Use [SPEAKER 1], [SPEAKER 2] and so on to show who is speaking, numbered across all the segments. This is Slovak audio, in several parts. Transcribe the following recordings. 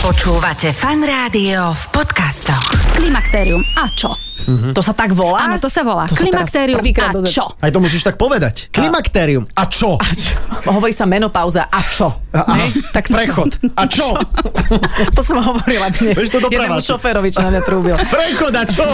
[SPEAKER 1] Počúvate fan rádio v podcastoch.
[SPEAKER 2] Klimakterium. A čo?
[SPEAKER 3] Hm.
[SPEAKER 4] To sa tak volá?
[SPEAKER 2] Áno, to sa volá.
[SPEAKER 4] To sa teraz
[SPEAKER 2] Klimakterium. A
[SPEAKER 4] prvýkrát dozvedel.
[SPEAKER 2] čo?
[SPEAKER 3] Aj to musíš tak povedať. Klimakterium. A čo?
[SPEAKER 4] Hovorí sa menopauza. A čo?
[SPEAKER 3] A, a,
[SPEAKER 4] Tak-
[SPEAKER 3] prechod. A čo?
[SPEAKER 4] To som hovorila dnes.
[SPEAKER 3] Vieš, to doprava
[SPEAKER 4] Jednému
[SPEAKER 3] asi.
[SPEAKER 4] šoférovi, čo na mňa trúbil.
[SPEAKER 3] Prechod a čo?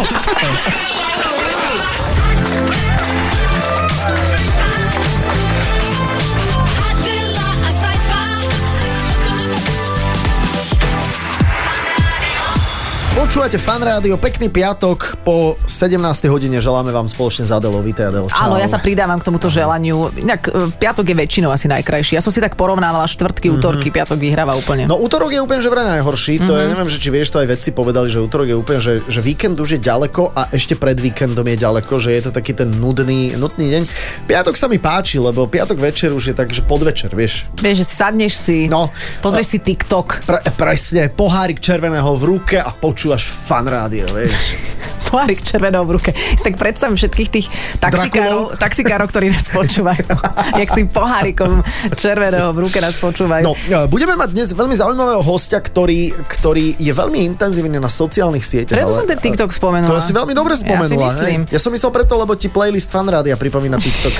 [SPEAKER 3] Počúvate fan rádio, pekný piatok. Po 17. hodine želáme vám spoločne s Adelou. Vítaj Adel. Čau.
[SPEAKER 4] Áno, ja sa pridávam k tomuto želaniu. Inak e, piatok je väčšinou asi najkrajší. Ja som si tak porovnávala štvrtky, útorky, piatok vyhráva úplne.
[SPEAKER 3] Mhm. No útorok je úplne že vraj najhorší, to ja neviem, že či vieš, to aj vedci povedali, že útorok je úplne, že, že víkend už je ďaleko a ešte pred víkendom je ďaleko, že je to taký ten nudný, nutný deň. Piatok sa mi páči, lebo piatok večer už je tak, že podvečer, vieš.
[SPEAKER 4] Vieš, že si sadneš si,
[SPEAKER 3] No.
[SPEAKER 4] pozrieš si TikTok,
[SPEAKER 3] Pre, presne, pohárik červeného v ruke a počúvaš fan rádio, vieš.
[SPEAKER 4] pohárik červenou v ruke. Si tak predstavím všetkých tých taxikárov, taxikárov ktorí nás počúvajú. Jak s tým pohárikom červeného v ruke nás počúvajú.
[SPEAKER 3] No, e, budeme mať dnes veľmi zaujímavého hostia, ktorý, ktorý je veľmi intenzívny na sociálnych sieťach.
[SPEAKER 4] Preto
[SPEAKER 3] ale- e,
[SPEAKER 4] som ten TikTok spomenula.
[SPEAKER 3] To si veľmi dobre
[SPEAKER 4] Ja si
[SPEAKER 3] spomenula.
[SPEAKER 4] myslím.
[SPEAKER 3] hej? ja som myslel preto, lebo ti playlist fanrádia pripomína TikTok.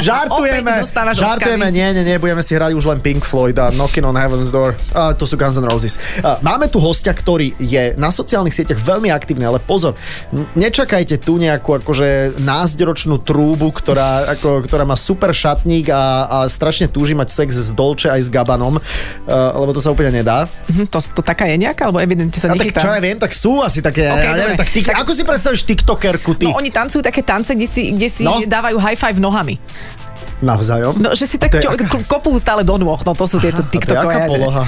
[SPEAKER 3] žartujeme,
[SPEAKER 4] Opäť dostávaš
[SPEAKER 3] žartujeme,
[SPEAKER 4] odkazy.
[SPEAKER 3] nie, nie, nie, budeme si hrať už len Pink Floyd a Knocking on Heaven's Door. A to sú Guns N' Roses. A máme tu hostia, ktorý je na sociálnych sieťach veľmi aktívny, ale pozor, n- nečakajte tu nejakú akože názderočnú trúbu, ktorá, ako, ktorá má super šatník a, a strašne túži mať sex s Dolce aj s Gabanom, eh, lebo to sa úplne nedá.
[SPEAKER 4] Hm, To, to taká je nejaká, alebo evidentne sa
[SPEAKER 3] A tak
[SPEAKER 4] nechytá.
[SPEAKER 3] čo ja viem, tak sú asi také,
[SPEAKER 4] Ok,
[SPEAKER 3] ja neviem,
[SPEAKER 4] dobre.
[SPEAKER 3] tak, ty, tak ako si predstavíš TikTokerku ty?
[SPEAKER 4] No oni tancujú také tance, kde si, kde si
[SPEAKER 3] No.
[SPEAKER 4] no. dávajú high five nohami.
[SPEAKER 3] Navzájom?
[SPEAKER 4] No, že si tak
[SPEAKER 3] to
[SPEAKER 4] čo,
[SPEAKER 3] je aká-
[SPEAKER 4] aká... kopú stále do nôh, no to sú tieto
[SPEAKER 3] a to je
[SPEAKER 4] TikTokové.
[SPEAKER 3] aká poloha?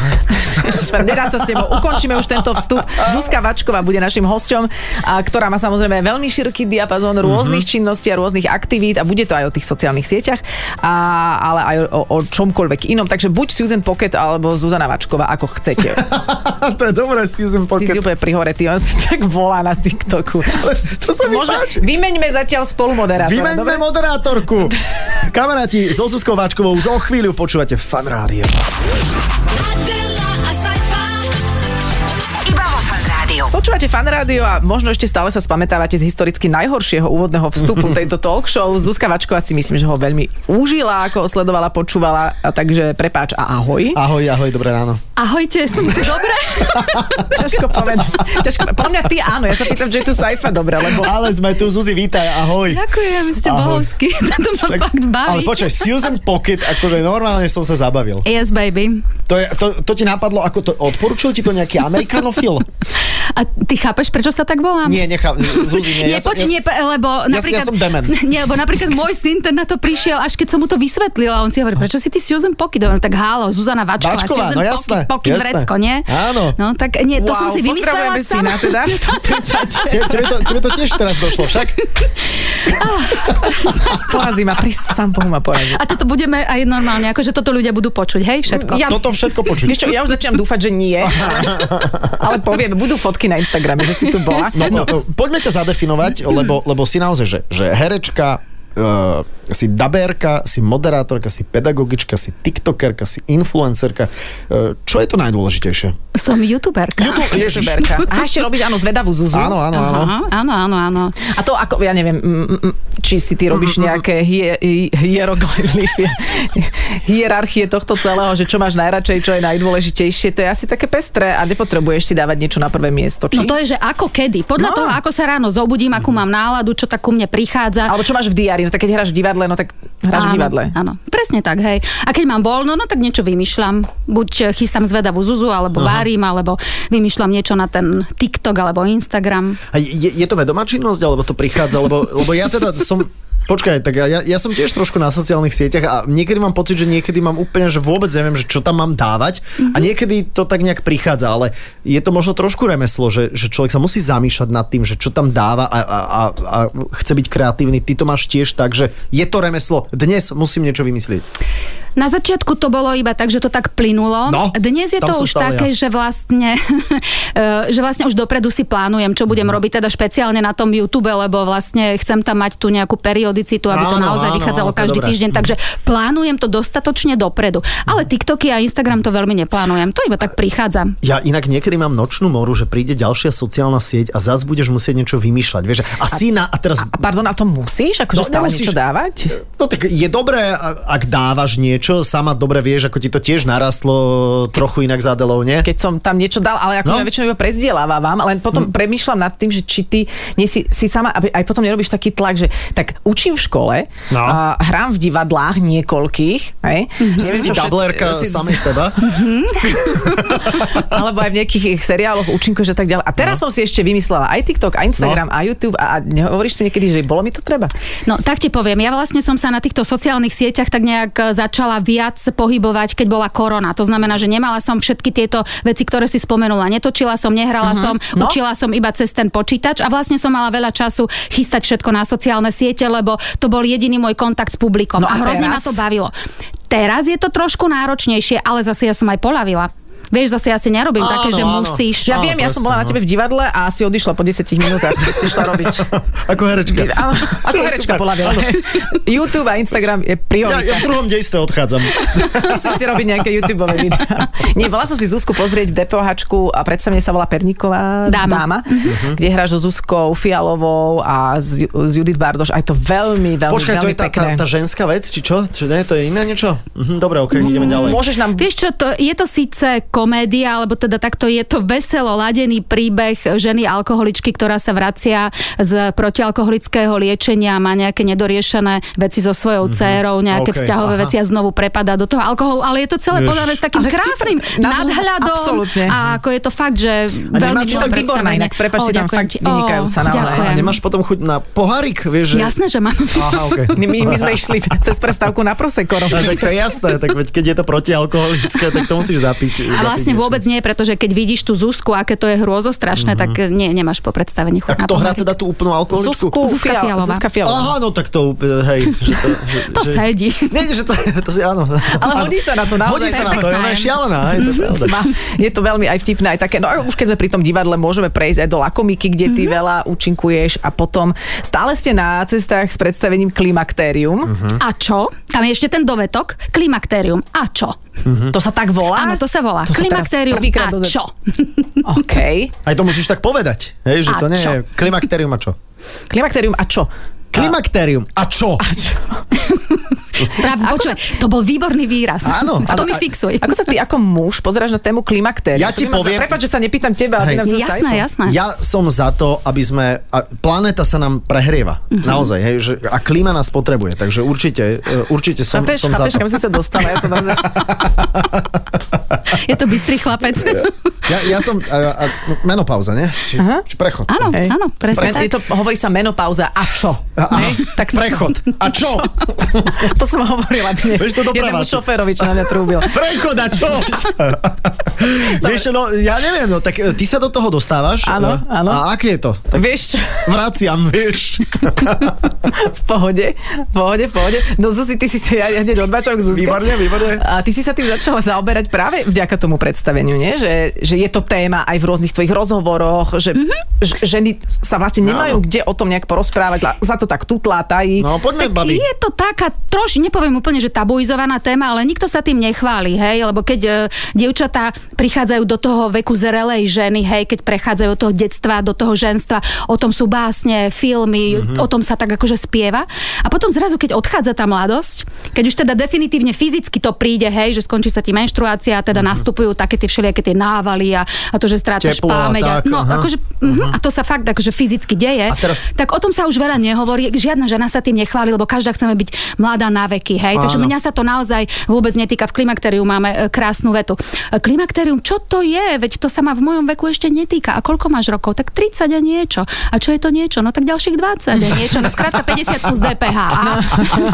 [SPEAKER 4] Ježišmar, Nedá sa s tebou. Ukončíme už tento vstup. Zuzka Vačková bude našim hosťom, a ktorá má samozrejme veľmi široký diapazón
[SPEAKER 3] Mhm.
[SPEAKER 4] rôznych činností a rôznych aktivít a bude to aj o tých sociálnych sieťach, a, ale aj o, o čomkoľvek inom. Takže buď Susan Pocket alebo Zuzana Vačková, ako chcete.
[SPEAKER 3] to je dobré, Susan
[SPEAKER 4] Ty si
[SPEAKER 3] Pocket.
[SPEAKER 4] úplne pri hore, ty on si tak volá na TikToku.
[SPEAKER 3] To sa mi
[SPEAKER 4] Môžeme,
[SPEAKER 3] páči.
[SPEAKER 4] vymeňme zatiaľ spolu moderátora.
[SPEAKER 3] Vymeňme
[SPEAKER 4] dobre?
[SPEAKER 3] moderátorku. Kamaráti, so Zuzkou Váčkovou už o chvíľu počúvate fan rádio.
[SPEAKER 1] Iba vo fan rádiu.
[SPEAKER 4] Počúvate fan rádio a možno ešte stále sa spamätávate z historicky najhoršieho úvodného vstupu tejto talk show. Zuzka Vačková si myslím, že ho veľmi užila, ako ho sledovala, počúvala, a takže prepáč a ahoj. A-
[SPEAKER 3] Ahoj, ahoj, dobré ráno.
[SPEAKER 2] Ahojte, som tu dobre?
[SPEAKER 4] ťažko povedať. Ťažko, podľa mňa ty áno, ja sa pýtam, že je tu Saifa dobre, lebo
[SPEAKER 3] Ale sme tu, Zuzi, vítaj, ahoj.
[SPEAKER 2] Ďakujem, ste
[SPEAKER 3] Ahoj.
[SPEAKER 2] bohovskí. Toto ma fakt baví.
[SPEAKER 3] Ale počkaj, Susan Pocket, akože normálne som sa zabavil.
[SPEAKER 2] Yes, baby.
[SPEAKER 3] To, je, to, to ti napadlo, ako to, odporučil ti to nejaký amerikanofil?
[SPEAKER 2] A ty chápeš, prečo sa tak volám?
[SPEAKER 3] Nie, nechám, Zuzi, nie.
[SPEAKER 2] Nie,
[SPEAKER 3] som-
[SPEAKER 2] poď, nie, pe- lebo napríklad...
[SPEAKER 3] ja som demen.
[SPEAKER 2] Nie, lebo napríklad môj syn, ten na to prišiel, až keď som mu to vysvetlila, on si hovorí, prečo si ty Susan Poky? Dobre, tak hálo, Zuzana Vačková,
[SPEAKER 3] Vačková,
[SPEAKER 2] Susan
[SPEAKER 3] no jasné,
[SPEAKER 2] Poky, Poky
[SPEAKER 3] jasné.
[SPEAKER 2] vrecko, nie?
[SPEAKER 3] Áno.
[SPEAKER 2] No, tak nie, to
[SPEAKER 4] wow,
[SPEAKER 2] som si vymyslela
[SPEAKER 4] pozdravujeme
[SPEAKER 2] sama.
[SPEAKER 4] syna teda v tom prípade.
[SPEAKER 3] Te, tebe, to, tebe to tiež teraz došlo, však?
[SPEAKER 4] Porazí ma, prísť sám Bohu ma porazí.
[SPEAKER 2] A toto budeme aj normálne, akože toto ľudia budú počuť, hej, všetko.
[SPEAKER 4] Ja-
[SPEAKER 3] Toto všetko počuť.
[SPEAKER 4] Vieš čo, ja už začínam dúfať, že nie. Ale poviem, budú fotky na Instagrame, že si tu bola.
[SPEAKER 3] No, no, poďme ťa zadefinovať, lebo, lebo si naozaj, že, že herečka, uh, si dabérka, si moderátorka, si pedagogička, si tiktokerka, si influencerka. Uh, čo je to najdôležitejšie?
[SPEAKER 2] Som youtuberka.
[SPEAKER 3] YouTube, ježiš.
[SPEAKER 4] Berka. A ešte robíš, áno, zvedavú Zuzu.
[SPEAKER 3] Áno, áno, áno.
[SPEAKER 2] Aha, áno, áno, áno.
[SPEAKER 4] A to ako, ja neviem, mm, mm, mm, či si ty robíš nejaké hie, hi- hieroglyfy, hierarchie tohto celého, že čo máš najradšej, čo je najdôležitejšie, to je asi také pestré a nepotrebuješ si dávať niečo na prvé miesto. Či?
[SPEAKER 2] No to je, že ako kedy. Podľa
[SPEAKER 4] No.
[SPEAKER 2] toho, ako sa ráno zobudím, akú mám náladu, čo tak ku mne prichádza.
[SPEAKER 4] Alebo čo máš v diári, no tak keď hráš v divadle, no tak hráš v
[SPEAKER 2] áno,
[SPEAKER 4] divadle.
[SPEAKER 2] Áno, presne tak, hej. A keď mám voľno, no tak niečo vymýšľam. Buď e, chystám zvedavú Zuzu, alebo Aha. varím, alebo vymýšľam niečo na ten TikTok alebo Instagram.
[SPEAKER 3] A je, je to vedomá činnosť, alebo to prichádza? Lebo, lebo ja teda som... Počkaj, tak ja, ja som tiež trošku na sociálnych sieťach a niekedy mám pocit, že niekedy mám úplne, že vôbec neviem, že čo tam mám dávať mm-hmm. a niekedy to tak nejak prichádza, ale je to možno trošku remeslo, že, že človek sa musí zamýšľať nad tým, že čo tam dáva a, a, a, a chce byť kreatívny. Ty to máš tiež tak, že je to remeslo, dnes musím niečo vymyslieť.
[SPEAKER 2] Na začiatku to bolo iba tak, že to tak plynulo.
[SPEAKER 3] No,
[SPEAKER 2] Dnes je
[SPEAKER 3] tam
[SPEAKER 2] to
[SPEAKER 3] som
[SPEAKER 2] už
[SPEAKER 3] stále
[SPEAKER 2] také, že vlastne, eh, že vlastne už dopredu si plánujem, čo
[SPEAKER 3] No.
[SPEAKER 2] budem robiť teda špeciálne na tom YouTube, lebo vlastne chcem tam mať tú nejakú periodicitu, aby to
[SPEAKER 3] Áno,
[SPEAKER 2] naozaj
[SPEAKER 3] áno,
[SPEAKER 2] vychádzalo
[SPEAKER 3] áno, to je
[SPEAKER 2] každý
[SPEAKER 3] dobré. Mm.
[SPEAKER 2] týždeň, takže plánujem to dostatočne dopredu. Ale TikToky a Instagram to veľmi neplánujem, to iba tak prichádza.
[SPEAKER 3] Ja inak niekedy mám nočnú moru, že príde ďalšia sociálna sieť a zás budeš musieť niečo vymýšľať. Vieš, a syna a
[SPEAKER 4] A
[SPEAKER 3] teraz...
[SPEAKER 4] pardon, a to musíš? Akože
[SPEAKER 3] No,
[SPEAKER 4] stále
[SPEAKER 3] nemusíš.
[SPEAKER 4] niečo dávať?
[SPEAKER 3] No tak je dobré, a- ak dávaš niečo, sama dobre vieš, ako ti to tiež narastlo trochu inak zádelov, nie?
[SPEAKER 4] keď som tam niečo dal, ale ako no.
[SPEAKER 3] No. Hm.
[SPEAKER 4] ja väčšinou iba prezdielávam, len potom mm. premýšľam nad tým, že či ty nie si, si sama, aby aj potom nerobíš taký tlak, že tak učím v škole, no.
[SPEAKER 3] No. Mhm.
[SPEAKER 4] a hrám v divadlách niekoľkých, hej, mm-hmm.
[SPEAKER 3] Si si dublerka samej seba.
[SPEAKER 4] alebo aj v nejakých ich seriáloch účinkuješ a tak ďalej. A teraz no. som si ešte vymyslela aj TikTok, a Instagram, no. a YouTube a, a hovoríš si niekedy, že bolo mi to treba?
[SPEAKER 2] No tak ti poviem, ja vlastne som sa na týchto sociálnych sieťach tak nejak e, začala viac pohybovať, keď bola korona. To znamená, že nemala som všetky tieto veci, ktoré si spomenula. Netočila som, nehrala uh-huh. som,
[SPEAKER 4] No.
[SPEAKER 2] no. učila som iba cez ten počítač a vlastne som mala veľa času chystať všetko na sociálne siete, lebo to bol jediný môj kontakt s publikom
[SPEAKER 4] No
[SPEAKER 2] no
[SPEAKER 4] a
[SPEAKER 2] a, a hrozne ma
[SPEAKER 4] teraz?
[SPEAKER 2] to bavilo. Teraz je to trošku náročnejšie, ale zase ja som aj polavila. Vieš, zase ja si nerobím áno, také,
[SPEAKER 3] Áno,
[SPEAKER 2] že
[SPEAKER 3] áno.
[SPEAKER 2] musíš.
[SPEAKER 4] Ja
[SPEAKER 3] Áno,
[SPEAKER 4] viem, ja som
[SPEAKER 3] presne,
[SPEAKER 4] bola na
[SPEAKER 3] no.
[SPEAKER 4] tebe v divadle a si odišla po 10 minútach, čo si išla robiť.
[SPEAKER 3] Ako herečka.
[SPEAKER 4] Áno, ako
[SPEAKER 3] To je
[SPEAKER 4] herečka
[SPEAKER 3] super.
[SPEAKER 4] polavila.
[SPEAKER 3] Áno.
[SPEAKER 4] YouTube a Instagram je priorita.
[SPEAKER 3] Ja, ja v druhom dejstve odchádzam.
[SPEAKER 4] Musím si robiť nejaké YouTube videá. Nie, bola som si Zuzku pozrieť v DPOHčku a predsa mne sa volá Perníková dáma,
[SPEAKER 2] Dáma. Mhm.
[SPEAKER 4] dáma uh-huh. kde hráš so Zuzkou Fialovou a s, Ju- s Judith Bardoš. Aj to veľmi, veľmi,
[SPEAKER 3] Počkaj, to
[SPEAKER 4] veľmi
[SPEAKER 3] je tá,
[SPEAKER 4] pekné.
[SPEAKER 3] tá, tá ženská vec, či čo? Čo nie, to je iné niečo? Mhm, dobre, ok, ideme ďalej.
[SPEAKER 4] Môžeš nám...
[SPEAKER 2] Vieš čo, to, je to síce komédia, alebo teda takto je to veselo ladený príbeh ženy alkoholičky, ktorá sa vracia z protialkoholického liečenia, má nejaké nedoriešené veci so svojou dcérou, nejaké
[SPEAKER 3] Mhm. OK,
[SPEAKER 2] okay, vzťahové
[SPEAKER 3] aha.
[SPEAKER 2] aha. veci a znovu prepadá do toho alkoholu, ale je to celé
[SPEAKER 3] Ježiš.
[SPEAKER 2] podané s takým
[SPEAKER 4] Ale vtipné.
[SPEAKER 2] krásnym
[SPEAKER 4] Na-
[SPEAKER 2] nadhľadom
[SPEAKER 4] absolútne.
[SPEAKER 2] a ako je to fakt, že
[SPEAKER 3] A
[SPEAKER 2] veľmi
[SPEAKER 3] nemáš
[SPEAKER 2] milé
[SPEAKER 3] to
[SPEAKER 4] výborné
[SPEAKER 2] predstavenie.
[SPEAKER 4] inak, prepáč, že tam
[SPEAKER 2] ďakujem
[SPEAKER 4] fakt
[SPEAKER 2] ti.
[SPEAKER 4] vynikajúca naozaj.
[SPEAKER 2] ďakujem.
[SPEAKER 3] A nemáš potom chuť na pohárik, vieš? Že...
[SPEAKER 2] Jasné, že mám.
[SPEAKER 3] Aha, ok.
[SPEAKER 4] My, my, my sme išli cez prestávku na proseko.
[SPEAKER 3] No, tak to je jasné, tak veď keď je to protialkoholické, tak to musíš
[SPEAKER 2] A
[SPEAKER 3] zapiť. zapiť
[SPEAKER 2] vlastne
[SPEAKER 3] niečo.
[SPEAKER 2] vôbec nie, pretože keď vidíš tú Zuzku, aké to je hrozostrašné, mm-hmm. tak nie, nemáš po predstavení chuť
[SPEAKER 3] A
[SPEAKER 2] na
[SPEAKER 3] kto Mhm. hrá
[SPEAKER 2] pohárik.
[SPEAKER 3] teda tú úplnú alkoholičku?
[SPEAKER 4] Zuzku
[SPEAKER 2] Zuzka
[SPEAKER 4] Fial-
[SPEAKER 2] Fialová.
[SPEAKER 4] Zuzka Fialová.
[SPEAKER 3] Aha, no tak to, úplne, hej. Že to, že,
[SPEAKER 2] To
[SPEAKER 3] že...
[SPEAKER 2] sedí.
[SPEAKER 3] Nie, že to, to si, áno.
[SPEAKER 4] Ale hodí sa na to naozaj. Mhm.
[SPEAKER 3] Hodí sa na to,
[SPEAKER 2] perfektná
[SPEAKER 3] ona je
[SPEAKER 2] je.
[SPEAKER 3] šialená, hej, to je pravda.
[SPEAKER 4] Má, je to veľmi aj vtipné, aj také, no a už keď sme pri tom divadle, môžeme prejsť aj do Lakomiky, kde
[SPEAKER 2] Mhm.
[SPEAKER 4] ty mm-hmm. veľa účinkuješ a potom stále ste na cestách s predstavením Klimaktérium.
[SPEAKER 3] Mhm.
[SPEAKER 4] Mm-hmm.
[SPEAKER 2] A čo? Tam je ešte ten dovetok, klimaktérium. A čo?
[SPEAKER 4] To sa tak volá?
[SPEAKER 2] Áno, to sa volá.
[SPEAKER 4] To sa teraz
[SPEAKER 2] klimaktérium.
[SPEAKER 4] prvýkrát
[SPEAKER 2] A
[SPEAKER 4] dozve-
[SPEAKER 2] čo?
[SPEAKER 4] OK.
[SPEAKER 3] Aj to musíš tak povedať, hej, že
[SPEAKER 2] A
[SPEAKER 3] to nie
[SPEAKER 2] čo?
[SPEAKER 3] je klimakterium a čo?
[SPEAKER 4] Klimaktérium a čo?
[SPEAKER 3] Klimakterium a čo?
[SPEAKER 4] A čo?
[SPEAKER 2] Správne, počuj, to bol výborný výraz.
[SPEAKER 3] Áno,
[SPEAKER 2] to
[SPEAKER 3] áno,
[SPEAKER 2] mi
[SPEAKER 3] a-
[SPEAKER 2] fixuj.
[SPEAKER 4] Ako sa ty ako muž pozeráš na tému klimaktérium?
[SPEAKER 3] Ja ti poviem-
[SPEAKER 4] Prepač, že sa nepýtam teba, ale
[SPEAKER 3] Hej.
[SPEAKER 4] nám sa
[SPEAKER 2] Jasné,
[SPEAKER 4] Saifom.
[SPEAKER 2] jasné.
[SPEAKER 3] Ja som za to, aby sme... A planéta sa nám prehrieva.
[SPEAKER 4] Mhm.
[SPEAKER 3] Mm-hmm. Naozaj. Hej, že, a klíma nás potrebuje. Takže určite, e, určite som,
[SPEAKER 4] Chápeš,
[SPEAKER 3] som za
[SPEAKER 4] chápeš,
[SPEAKER 3] to.
[SPEAKER 4] kam si sa dostala? Ja to naozaj...
[SPEAKER 2] Je to bystrý chlapec.
[SPEAKER 3] Ja, ja som... A, a, menopauza, nie? Či, či prechod.
[SPEAKER 2] Áno,
[SPEAKER 4] Hej.
[SPEAKER 2] áno, presne
[SPEAKER 4] Je
[SPEAKER 2] tak.
[SPEAKER 4] to, hovorí sa menopauza a čo?
[SPEAKER 3] A,
[SPEAKER 4] Hej?
[SPEAKER 3] tak prechod. A čo?
[SPEAKER 4] To som hovorila dnes.
[SPEAKER 3] Vieš, to doprava
[SPEAKER 4] Jednému
[SPEAKER 3] asi.
[SPEAKER 4] šoférovi, čo na mňa trúbil.
[SPEAKER 3] Prechod a čo? Vieš čo, no ja neviem, no tak e, ty sa do toho dostávaš.
[SPEAKER 4] Áno,
[SPEAKER 3] e,
[SPEAKER 4] áno.
[SPEAKER 3] A aké je to? Tak
[SPEAKER 4] Vieš čo?
[SPEAKER 3] vraciam, vieš.
[SPEAKER 4] V pohode, v pohode, v pohode. No Zuzi, ty si sa, ja, ja hneď odbačam k Zuzke.
[SPEAKER 3] Výborne, výborne.
[SPEAKER 4] A ty si sa tým začala zaoberať práve vďaka tomu predstaveniu, nie? Že, že je to téma aj v rôznych tvojich rozhovoroch, že mm-hmm. ženy sa vlastne nemajú no. kde o tom nejak porozprávať, la- za to tak tutlá, tají.
[SPEAKER 3] No poďme,
[SPEAKER 2] Tak
[SPEAKER 3] babi.
[SPEAKER 2] je to taká troš, nepoviem úplne, že tabuizovaná téma, ale nikto sa tým nechváli, hej, lebo keď e, dievčatá prichádzajú do toho veku zrelej ženy, hej, keď prechádzajú od toho detstva do toho ženstva, o tom sú básne, filmy,
[SPEAKER 3] Mhm.
[SPEAKER 2] mm-hmm. o tom sa tak akože spieva. A potom zrazu, keď odchádza tá mladosť, keď už teda definitívne fyzicky to príde, hej, že skončí sa ti menštruácia a teda
[SPEAKER 3] Mhm.
[SPEAKER 2] mm-hmm. nastupujú také tie všelijaké tie návaly a, a to, že strácaš
[SPEAKER 3] Teplo a
[SPEAKER 2] pamäť.
[SPEAKER 3] tak,
[SPEAKER 2] no,
[SPEAKER 3] aha.
[SPEAKER 2] akože, mm-hmm. a to sa fakt akože fyzicky deje.
[SPEAKER 3] A teraz-
[SPEAKER 2] Tak o tom sa už veľa nehovorí, žiadna žena sa tým nechváli, lebo každá chceme byť mladá na veky, hej. Takže
[SPEAKER 3] Áno.
[SPEAKER 2] mňa sa to naozaj vôbec netýka. V klimakteriu máme e, krásnu vetu. E, Klimakterium, čo to je? Veď to sa ma v mojom veku ešte netýka. A koľko máš rokov? Tak 30 a niečo. A čo je to niečo? No tak ďalších 20 a niečo. No skrátka 50 plus DPH. A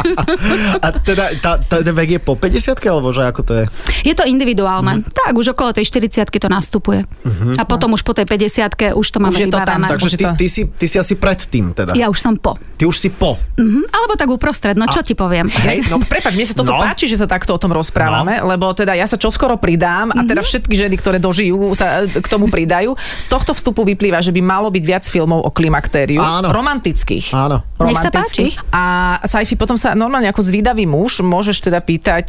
[SPEAKER 3] A teda tá, tá, ten vek je po 50 alebo že ako to je?
[SPEAKER 2] je to individuálne. Tak už okolo tej 40 to nastupuje. A potom už po tej 50 už to máme
[SPEAKER 4] Už je to tam,
[SPEAKER 2] vybavené.
[SPEAKER 4] tak-
[SPEAKER 3] Takže
[SPEAKER 4] Akože
[SPEAKER 3] ty,
[SPEAKER 4] to-
[SPEAKER 3] ty, si, ty si asi pred tým teda.
[SPEAKER 2] Ja už som po.
[SPEAKER 3] Ty už si po.
[SPEAKER 2] Mhm, alebo tak uprostred, no čo ti poviem.
[SPEAKER 3] Hej, no
[SPEAKER 4] Prepač, mne sa toto
[SPEAKER 3] No.
[SPEAKER 4] no. páči, že sa takto o tom rozprávame, no. lebo teda ja sa čoskoro pridám a teda všetky ženy, ktoré dožijú, sa e, k tomu pridajú. Z tohto vstupu vyplýva, že by malo byť viac filmov o klimaktériu.
[SPEAKER 3] Áno.
[SPEAKER 4] Romantických.
[SPEAKER 3] Áno.
[SPEAKER 2] Nech sa páči.
[SPEAKER 4] Romantických. A Saifi, potom sa normálne ako zvídavý muž môžeš teda pýtať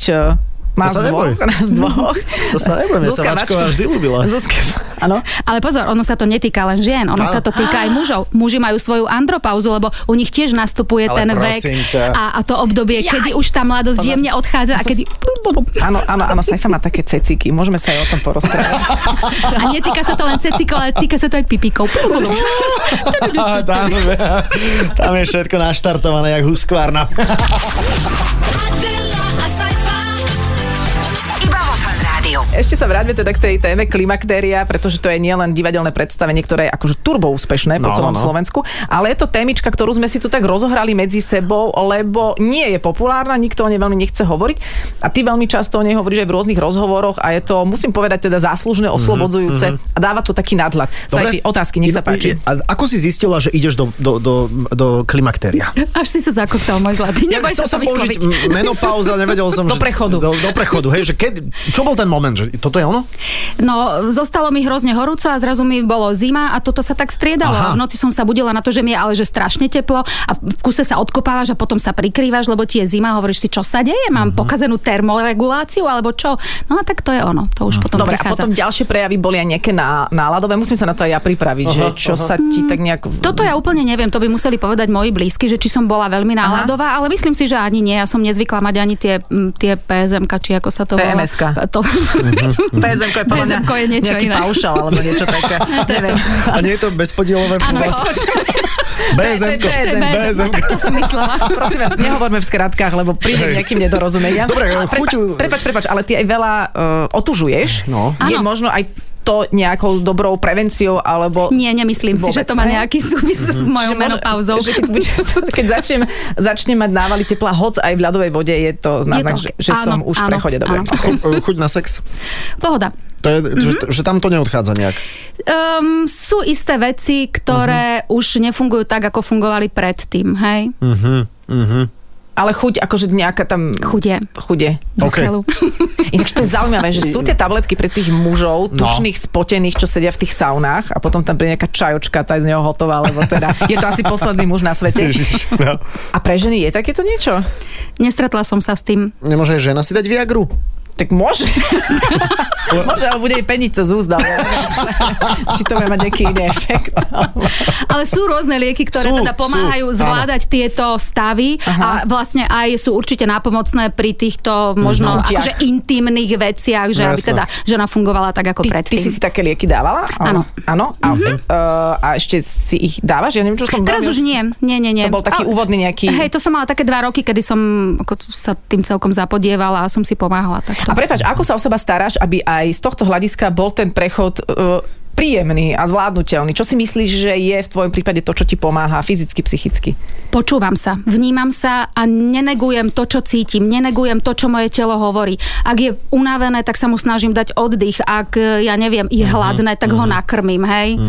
[SPEAKER 4] e, nás
[SPEAKER 3] sa neboj.
[SPEAKER 4] dvoch. Nás dvoch.
[SPEAKER 3] To sa neboj, mňa sa
[SPEAKER 4] Zuzka
[SPEAKER 3] Mačková
[SPEAKER 4] Mačko-
[SPEAKER 3] vždy ľúbila.
[SPEAKER 4] Zuzka, áno.
[SPEAKER 2] Ale pozor, ono sa to netýka len žien, ono
[SPEAKER 3] Áno.
[SPEAKER 2] sa to týka aj mužov. Muži majú svoju andropauzu, lebo u nich tiež nastupuje
[SPEAKER 3] Ale
[SPEAKER 2] ten vek
[SPEAKER 3] prosím ťa.
[SPEAKER 2] a, a to obdobie, kedy už tá mladosť jemne odchádza a kedy...
[SPEAKER 4] Áno, áno, áno, Saifa má také cecíky, môžeme sa aj o tom porozprávať.
[SPEAKER 2] A netýka sa to len cecikov, ale týka sa to aj pipíkov.
[SPEAKER 3] Á, Tam, tam je všetko naštartované, jak huskvárna.
[SPEAKER 5] Adela, a Saifa.
[SPEAKER 1] Iba vo Fan Rádiu.
[SPEAKER 4] Ešte sa vráťme teda k tej téme klimaktéria, pretože to je nielen divadelné predstavenie, ktoré je akože turbo úspešné po
[SPEAKER 3] No,
[SPEAKER 4] no, celom
[SPEAKER 3] no,
[SPEAKER 4] no.
[SPEAKER 3] no.
[SPEAKER 4] Slovensku, ale je to témička, ktorú sme si tu tak rozohrali medzi sebou, lebo nie je populárna, nikto o nej veľmi nechce hovoriť a ty veľmi často o nej hovoríš aj v rôznych rozhovoroch a je to, musím povedať, teda záslužné, oslobodzujúce mm-hmm. a dáva to taký nadhľad. Sajfi, otázky, nech sa
[SPEAKER 3] Iba-
[SPEAKER 4] páči.
[SPEAKER 3] A ako si zistila, že ideš do, do, do, do klimaktéria?
[SPEAKER 2] Až si sa zakoptal, môj zlatý. Neboj
[SPEAKER 3] Chcel
[SPEAKER 2] sa to
[SPEAKER 3] som použiť
[SPEAKER 2] vysloviť.
[SPEAKER 3] m- menopauza, nevedel som.
[SPEAKER 4] Do
[SPEAKER 3] že-
[SPEAKER 4] prechodu.
[SPEAKER 3] Do, do prechodu, hej, že keď, čo bol ten moment, že toto je ono?
[SPEAKER 2] No, zostalo mi hrozne horúco a zrazu mi bolo zima a toto sa tak striedalo.
[SPEAKER 3] Aha.
[SPEAKER 2] Aha. V noci som sa budila na to, že mi je ale že strašne teplo a v kuse sa odkopávaš a potom sa prikrývaš, lebo ti je zima a hovoríš si, čo sa deje,
[SPEAKER 4] Mhm.
[SPEAKER 2] mám pokazenú termoreguláciu alebo čo. No a tak to je ono, to už potom
[SPEAKER 4] Mhm. Dobre, a
[SPEAKER 2] prichádza.
[SPEAKER 4] potom ďalšie prejavy boli aj nejaké ná, náladové. Musím sa na to aj ja pripraviť, aha, že čo aha. sa ti tak nejak...
[SPEAKER 2] Toto ja úplne neviem, to by museli povedať moji blízky, že či som bola veľmi náladová, ale myslím si, že ani nie. Ja som nezvykla mať ani tie, m, tie PSM, či ako sa to volá.
[SPEAKER 4] PMS-ka.
[SPEAKER 2] To...
[SPEAKER 4] PSMK je, podľa mňa
[SPEAKER 2] PSMko je niečo
[SPEAKER 4] nejaký
[SPEAKER 2] iné.
[SPEAKER 4] paušal alebo niečo také. Neviem.
[SPEAKER 3] A nie je to bezpodielové?
[SPEAKER 2] Áno.
[SPEAKER 4] To
[SPEAKER 3] BSM.
[SPEAKER 4] je- to je
[SPEAKER 2] PSM, no, tak to som myslela.
[SPEAKER 4] Prosím vás, nehovorme v skratkách, lebo príde k nejakým nedorozumeniam.
[SPEAKER 3] Dobre,
[SPEAKER 4] Ale prepa-
[SPEAKER 3] chuťu-
[SPEAKER 4] Prepač, prepač, ale ty aj veľa uh, otužuješ.
[SPEAKER 3] No.
[SPEAKER 4] Je
[SPEAKER 2] Áno.
[SPEAKER 4] možno aj to nejakou dobrou prevenciou, alebo...
[SPEAKER 2] Nie, nemyslím si, že
[SPEAKER 4] Vôbec
[SPEAKER 2] to má
[SPEAKER 4] ne?
[SPEAKER 2] nejaký súvis s mojou
[SPEAKER 4] Že môže-
[SPEAKER 2] menopauzou.
[SPEAKER 4] Že keď, bude, keď začnem, začnem mať návaly tepla, hoc aj v ľadovej vode, je to
[SPEAKER 2] to
[SPEAKER 4] náznak,
[SPEAKER 2] ok.
[SPEAKER 4] že, že
[SPEAKER 2] Áno,
[SPEAKER 4] som už v
[SPEAKER 2] áno,
[SPEAKER 4] prechode. Dobre.
[SPEAKER 2] áno.
[SPEAKER 3] Chuť na sex.
[SPEAKER 2] Pohoda.
[SPEAKER 3] To je, že,
[SPEAKER 4] Mhm.
[SPEAKER 3] že tam to neodchádza nejak.
[SPEAKER 2] Um, sú isté veci,
[SPEAKER 4] Mhm.
[SPEAKER 2] ktoré uh-huh. už nefungujú tak, ako fungovali predtým, hej?
[SPEAKER 3] Mhm.
[SPEAKER 4] Ale chuť, akože nejaká tam...
[SPEAKER 2] Chudie.
[SPEAKER 4] Chude.
[SPEAKER 2] Do
[SPEAKER 3] OK.
[SPEAKER 2] keľu.
[SPEAKER 4] Inak to je zaujímavé, že sú tie tabletky pre tých mužov,
[SPEAKER 3] No.
[SPEAKER 4] tučných, spotených, čo sedia v tých saunách a potom tam príde nejaká čajočka, tá je z neho hotová, lebo teda je to asi posledný muž na svete.
[SPEAKER 3] Ježiš, no.
[SPEAKER 4] A pre ženy je takéto niečo?
[SPEAKER 2] Nestretla som sa s tým.
[SPEAKER 3] Nemôže aj žena si dať Viagru?
[SPEAKER 4] Tak môže. môže, ale bude jej peniť cez úzda. Či to bude mať nejaký iný efekt.
[SPEAKER 2] Ale sú rôzne lieky, ktoré
[SPEAKER 3] Sú,
[SPEAKER 2] sú, teda pomáhajú
[SPEAKER 3] sú,
[SPEAKER 2] sú, zvládať áno. tieto stavy Aha. a vlastne aj sú určite nápomocné pri
[SPEAKER 4] Mhm.
[SPEAKER 2] týchto možno
[SPEAKER 4] Chutiach.
[SPEAKER 2] akože intimných veciach, že
[SPEAKER 3] No,
[SPEAKER 2] aby
[SPEAKER 3] jasné.
[SPEAKER 2] teda žena fungovala tak ako
[SPEAKER 4] Ty, ty
[SPEAKER 2] predtým.
[SPEAKER 4] si si také lieky dávala?
[SPEAKER 2] Áno. Mhm.
[SPEAKER 4] Áno? A, uh, a ešte si ich dávaš? Ja neviem, čo som...
[SPEAKER 2] Teraz
[SPEAKER 4] veľmi-
[SPEAKER 2] už nie, nie, nie, nie.
[SPEAKER 4] To bol
[SPEAKER 2] Ale-
[SPEAKER 4] taký úvodný nejaký-
[SPEAKER 2] Hej, to som mala také dva roky, kedy som ako, sa tým celkom zapodievala a som si pomáhala takto.
[SPEAKER 4] A prepač, ako sa o seba staráš, aby aj z tohto hľadiska bol ten prechod uh, príjemný a zvládnutelný? Čo si myslíš, že je v tvojom prípade to, čo ti pomáha fyzicky, psychicky?
[SPEAKER 2] Počúvam sa, vnímam sa a nenegujem to, čo cítim, nenegujem to, čo moje telo hovorí. Ak je unavené, tak sa mu snažím dať oddych. Ak, e, ja neviem, je hladné, tak ho nakrmím, hej.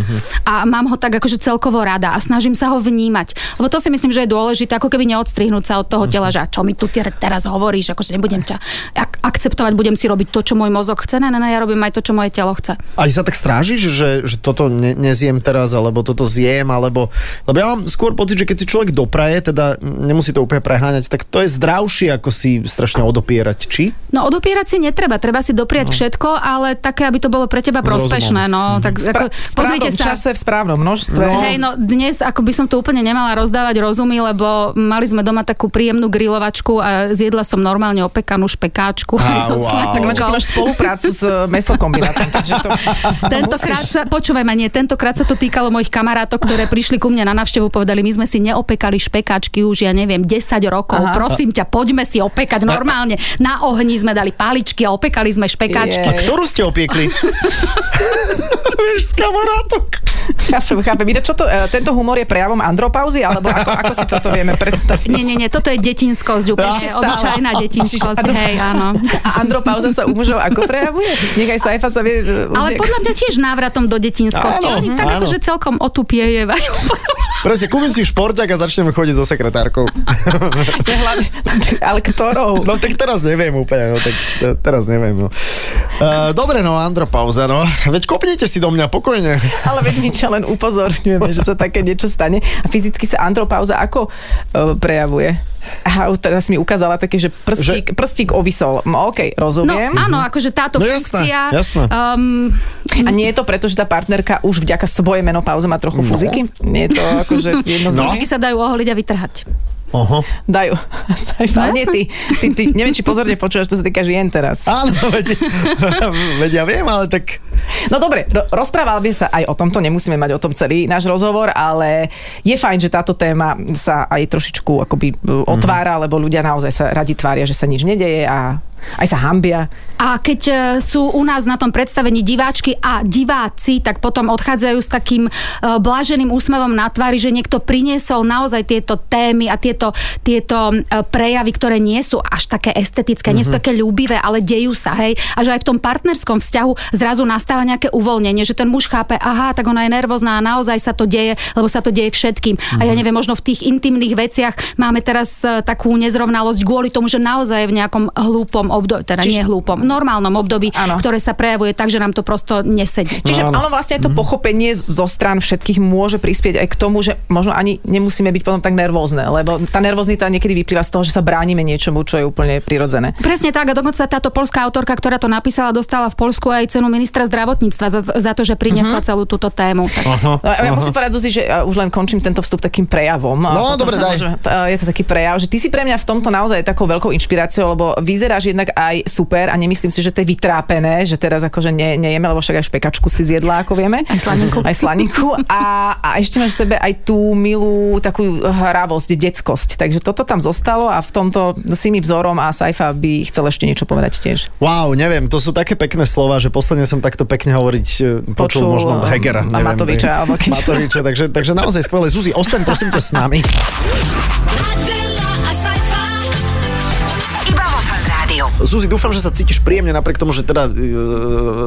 [SPEAKER 2] A mám ho tak akože celkovo rada a snažím sa ho vnímať. Lebo to si myslím, že je dôležité, ako keby neodstrihnúť sa od toho tela, že a čo mi tu ty teraz hovoríš, akože nebudem ťa ak- akceptovať, budem si robiť to, čo môj mozog chce. Ne, ne, ne, ja robím aj to, čo moje telo chce.
[SPEAKER 3] Aj sa tak strážiš, že, že toto ne, nezjem teraz, alebo toto zjem, alebo... Lebo ja mám skôr pocit, že keď si človek dopraje, teda nemusí to úplne preháňať, tak to je zdravšie, ako si strašne odopierať, či?
[SPEAKER 2] No odopierať si netreba, treba si dopriať no. všetko, ale také, aby to bolo pre teba
[SPEAKER 3] rozumom.
[SPEAKER 2] prospešné. No,
[SPEAKER 3] Mhm.
[SPEAKER 2] tak ako,
[SPEAKER 4] v správnom
[SPEAKER 2] pozrite sa.
[SPEAKER 4] čase, v správnom množstve.
[SPEAKER 2] No. Hej, no dnes ako by som to úplne nemala rozdávať rozumy, lebo mali sme doma takú príjemnú grilovačku a zjedla som normálne opekanú špekáčku.
[SPEAKER 3] Á,
[SPEAKER 2] aj so
[SPEAKER 3] wow.
[SPEAKER 2] slankou.
[SPEAKER 4] Tak ináč ty máš spoluprácu s eh, mesokombinátom, takže to, to
[SPEAKER 2] Tentokrát
[SPEAKER 4] musíš.
[SPEAKER 2] sa, počúvaj ma, nie, tentokrát sa to týkalo mojich kamarátov, ktoré prišli ku mne na návštevu, povedali, my sme si neopekali špekáčky už, ja neviem, 10 rokov, Aha.
[SPEAKER 4] Aha.
[SPEAKER 2] prosím ťa, poďme si opekať normálne. Na ohni sme dali paličky a opekali sme špekáčky.
[SPEAKER 3] A ktorú ste opiekli? Vieš, z kamarátok.
[SPEAKER 4] Chápem, chápem. Ide, čo to, eh, tento humor je prejavom andropauzy, alebo ako, ako si toto vieme predstaviť?
[SPEAKER 2] Nie, nie, nie, toto je detinskosť,
[SPEAKER 4] Ešte
[SPEAKER 2] úplne
[SPEAKER 4] stále.
[SPEAKER 2] obyčajná detinskosť,
[SPEAKER 4] Čiže-
[SPEAKER 2] hej, áno.
[SPEAKER 4] A andropauza sa u mužov ako prejavuje? Nechaj Saifa sa vie... eh,
[SPEAKER 2] Ale
[SPEAKER 4] nejak-
[SPEAKER 2] podľa mňa tiež návratom do detinskosti.
[SPEAKER 3] Áno,
[SPEAKER 2] Oni tak
[SPEAKER 3] áno.
[SPEAKER 2] akože celkom otupiejevajú.
[SPEAKER 3] Presne, kúpim si šporťak a začnem chodiť so sekretárkou.
[SPEAKER 4] Ja hlavne, ale ktorou?
[SPEAKER 3] No tak teraz neviem úplne, no tak eh, teraz neviem. No. Uh, dobre, no andropauza, no. Veď kopnite si do mňa pokojne.
[SPEAKER 4] Ale veď my ťa len upozorňujeme, že sa také niečo stane. A fyzicky sa andropauza ako e, prejavuje? Aha, už teraz mi ukázala také, že prstík, že... prstík ovisol. No, OK,
[SPEAKER 2] No
[SPEAKER 4] rozumiem.
[SPEAKER 2] áno, akože táto
[SPEAKER 3] No jasné,
[SPEAKER 2] funkcia...
[SPEAKER 3] jasné.
[SPEAKER 2] Um,
[SPEAKER 4] A nie je to preto, že tá partnerka už vďaka svojej menopauze má
[SPEAKER 2] No.
[SPEAKER 4] trochu fúziky? Nie je to akože jedno z no.
[SPEAKER 3] No.
[SPEAKER 2] Vždy sa dajú oholiť a vytrhať.
[SPEAKER 3] Oho.
[SPEAKER 4] Dajú.
[SPEAKER 2] No,
[SPEAKER 4] Sajfa, nie ty, ty, ty. Neviem, či pozorne počúvaš, to sa týka žien teraz.
[SPEAKER 3] Áno, veď, veď ja viem, ale tak...
[SPEAKER 4] No dobre, ro- rozprával by sa aj o tomto, nemusíme mať o tom celý náš rozhovor, ale je fajn, že táto téma sa aj trošičku akoby
[SPEAKER 3] Mhm.
[SPEAKER 4] e, otvára, lebo ľudia naozaj sa radi tvária, že sa nič nedeje a aj sa hambia.
[SPEAKER 2] A keď e, sú u nás na tom predstavení diváčky a diváci, tak potom odchádzajú s takým e, bláženým úsmevom na tvári, že niekto priniesol naozaj tieto témy a tieto, tieto e, prejavy, ktoré nie sú až také estetické,
[SPEAKER 3] Mhm.
[SPEAKER 2] nie sú také ľúbivé, ale dejú sa, hej. A že aj v tom partnerskom vzťahu zrazu nastáva nejaké uvoľnenie, že ten muž chápe, aha, tak ona je nervózna a naozaj sa to deje, lebo sa to deje všetkým. A
[SPEAKER 4] Mhm.
[SPEAKER 2] ja neviem, možno v tých intimných veciach máme teraz e, takú nezrovnalosť kvôli tomu, že naozaj v nejakom hlúpom období, teda nie
[SPEAKER 4] Čiže-
[SPEAKER 2] hlúpom, normálnom období,
[SPEAKER 4] Áno.
[SPEAKER 2] ano. ktoré sa prejavuje tak, že nám to prosto nesedí.
[SPEAKER 4] Čiže
[SPEAKER 3] No, áno.
[SPEAKER 4] no, ono vlastne aj to pochopenie zo strán všetkých môže prispieť aj k tomu, že možno ani nemusíme byť potom tak nervózne, lebo tá nervóznita niekedy vyplýva z toho, že sa bránime niečomu, čo je úplne prirodzené.
[SPEAKER 2] Presne tak a dokonca táto polská autorka, ktorá to napísala, dostala v Polsku aj cenu ministra zdravotníctva za, za to, že
[SPEAKER 4] Mhm.
[SPEAKER 2] priniesla celú túto tému. Tak.
[SPEAKER 3] Aha,
[SPEAKER 4] No, ja musím povedať, Zuzi, že uh, už len končím tento vstup takým prejavom.
[SPEAKER 3] No,
[SPEAKER 4] A potom
[SPEAKER 3] dobre,
[SPEAKER 4] sa
[SPEAKER 3] daj.
[SPEAKER 4] môžeme- t- uh, je to taký prejav, že ty si pre mňa v tomto naozaj takou veľkou inšpiráciou, lebo vyzeráš jednak aj super a nemyslím si, že to je vytrápené, že teraz akože ne, nejeme, lebo však aj špekačku si zjedla, ako vieme. Aj
[SPEAKER 2] slaninku.
[SPEAKER 4] Aj slaninku. A, a ešte máš v sebe aj tú milú takú hravosť, detskosť. Takže toto tam zostalo a v tomto si mi vzorom a Saifa by chcel ešte niečo povedať tiež.
[SPEAKER 3] Wow, neviem, to sú také pekné slova, že posledne som takto pekne hovoriť e, počul, počul
[SPEAKER 4] Počul,
[SPEAKER 3] možno
[SPEAKER 4] um,
[SPEAKER 3] Hegera.
[SPEAKER 4] a
[SPEAKER 3] neviem,
[SPEAKER 4] Matoviča,
[SPEAKER 3] tak-
[SPEAKER 4] alebo keď-
[SPEAKER 3] Matoviča, takže, takže naozaj skvelé. Zuzi, ostaň prosím ťa s nami.
[SPEAKER 1] Adela a Saifa. Iba vo fan rádiu.
[SPEAKER 3] Zuzi, dúfam, že sa cítiš príjemne napriek tomu, že teda e,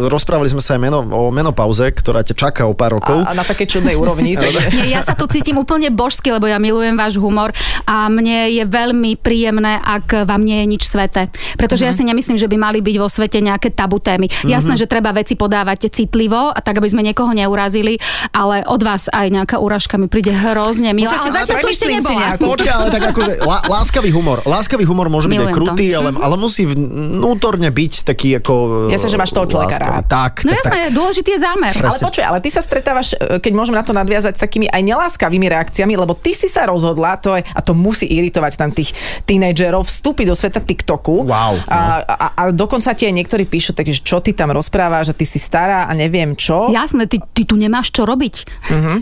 [SPEAKER 3] rozprávali sme sa aj meno, o menopauze, ktorá ťa čaká o pár rokov.
[SPEAKER 4] A, a na takej čudnej úrovni. Takže...
[SPEAKER 2] Nie, ja sa tu cítim úplne božsky, lebo ja milujem váš humor a mne je veľmi príjemné, ak vám nie je nič svete. Pretože
[SPEAKER 4] Mhm.
[SPEAKER 2] ja si nemyslím, že by mali byť vo svete nejaké tabu témy. Jasné, že treba veci podávať citlivo a tak, aby sme niekoho neurazili, ale od vás aj nejaká úražka mi príde hrozne milá.
[SPEAKER 4] Musíš si
[SPEAKER 2] Ale
[SPEAKER 4] to-
[SPEAKER 2] zatiaľ tu ešte
[SPEAKER 4] premyslím si
[SPEAKER 2] nebola.
[SPEAKER 4] nejakú.
[SPEAKER 3] Počkaj, ale tak akože lá, láskavý humor. Láskavý humor môže byť aj
[SPEAKER 2] Milujem to. Mhm.
[SPEAKER 3] krutý, ale, ale musí vnútorne byť taký ako... e,
[SPEAKER 4] Jasne, že máš toho človeka
[SPEAKER 3] láskavý.
[SPEAKER 4] rád.
[SPEAKER 3] Tak,
[SPEAKER 2] No
[SPEAKER 3] tak, tak.
[SPEAKER 2] jasné, dôležitý je zámer.
[SPEAKER 3] Presne.
[SPEAKER 4] Ale počuj, ale ty sa stretávaš, e, keď môžem na to nadviazať, s takými aj neláskavými reakciami, lebo ty si sa rozhodla, to je, a to musí iritovať tam tých tínejdžerov, vstúpiť do sveta TikToku.
[SPEAKER 3] Wow, no.
[SPEAKER 4] A, a, a dokonca ti aj niektorí píšu, takže čo ty tam rozprávaš, že ty si stará a neviem čo.
[SPEAKER 2] Jasné, ty, ty tu nemáš čo robiť.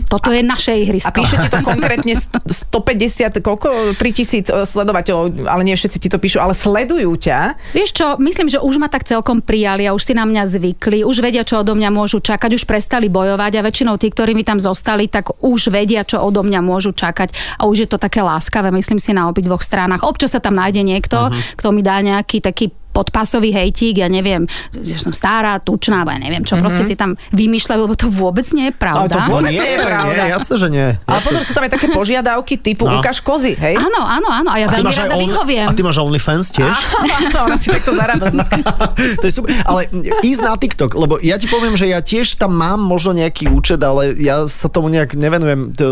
[SPEAKER 2] Toto je naše
[SPEAKER 4] Mhm. A
[SPEAKER 2] ihrisko.
[SPEAKER 4] píše ti to konkrétne st- 150, koľko? 3000 e, sledovateľov, ale nie všetci ti to píšu, ale sledujú ťa.
[SPEAKER 2] Vieš čo, myslím, že už ma tak celkom prijali a už si na mňa zvykli, už vedia, čo odo mňa môžu čakať, už prestali bojovať a väčšinou tí, ktorí mi tam zostali, tak už vedia, čo odo mňa môžu čakať a už je to také láskavé, myslím si, na obidvoch stranách. Občas sa tam nájde niekto,
[SPEAKER 3] Mhm.
[SPEAKER 2] uh-huh. kto mi dá nejaký taký podpasový hejtík, ja neviem, že som stará, tučná, alebo ja neviem čo,
[SPEAKER 3] Mhm.
[SPEAKER 2] mm-hmm. proste si tam vymýšľajú, lebo to vôbec nie je pravda.
[SPEAKER 4] Ale to
[SPEAKER 3] No
[SPEAKER 4] vôbec nie
[SPEAKER 3] nie,
[SPEAKER 4] je
[SPEAKER 3] nie,
[SPEAKER 4] pravda.
[SPEAKER 3] jasné, že nie.
[SPEAKER 4] Ale pozor, sú tam aj také požiadavky typu no.
[SPEAKER 3] No.
[SPEAKER 4] ukáž kozy, hej?
[SPEAKER 2] Áno, áno, áno, a ja
[SPEAKER 3] ty
[SPEAKER 2] veľmi
[SPEAKER 3] máš aj
[SPEAKER 2] rada
[SPEAKER 3] only-
[SPEAKER 2] vyhoviem.
[SPEAKER 3] a ty máš OnlyFans tiež?
[SPEAKER 4] Áno, ona si takto zarába, Zuzka.
[SPEAKER 3] to je super. Ale ísť na TikTok, lebo ja ti poviem, že ja tiež tam mám možno nejaký účet, ale ja sa tomu nejak nevenujem. To,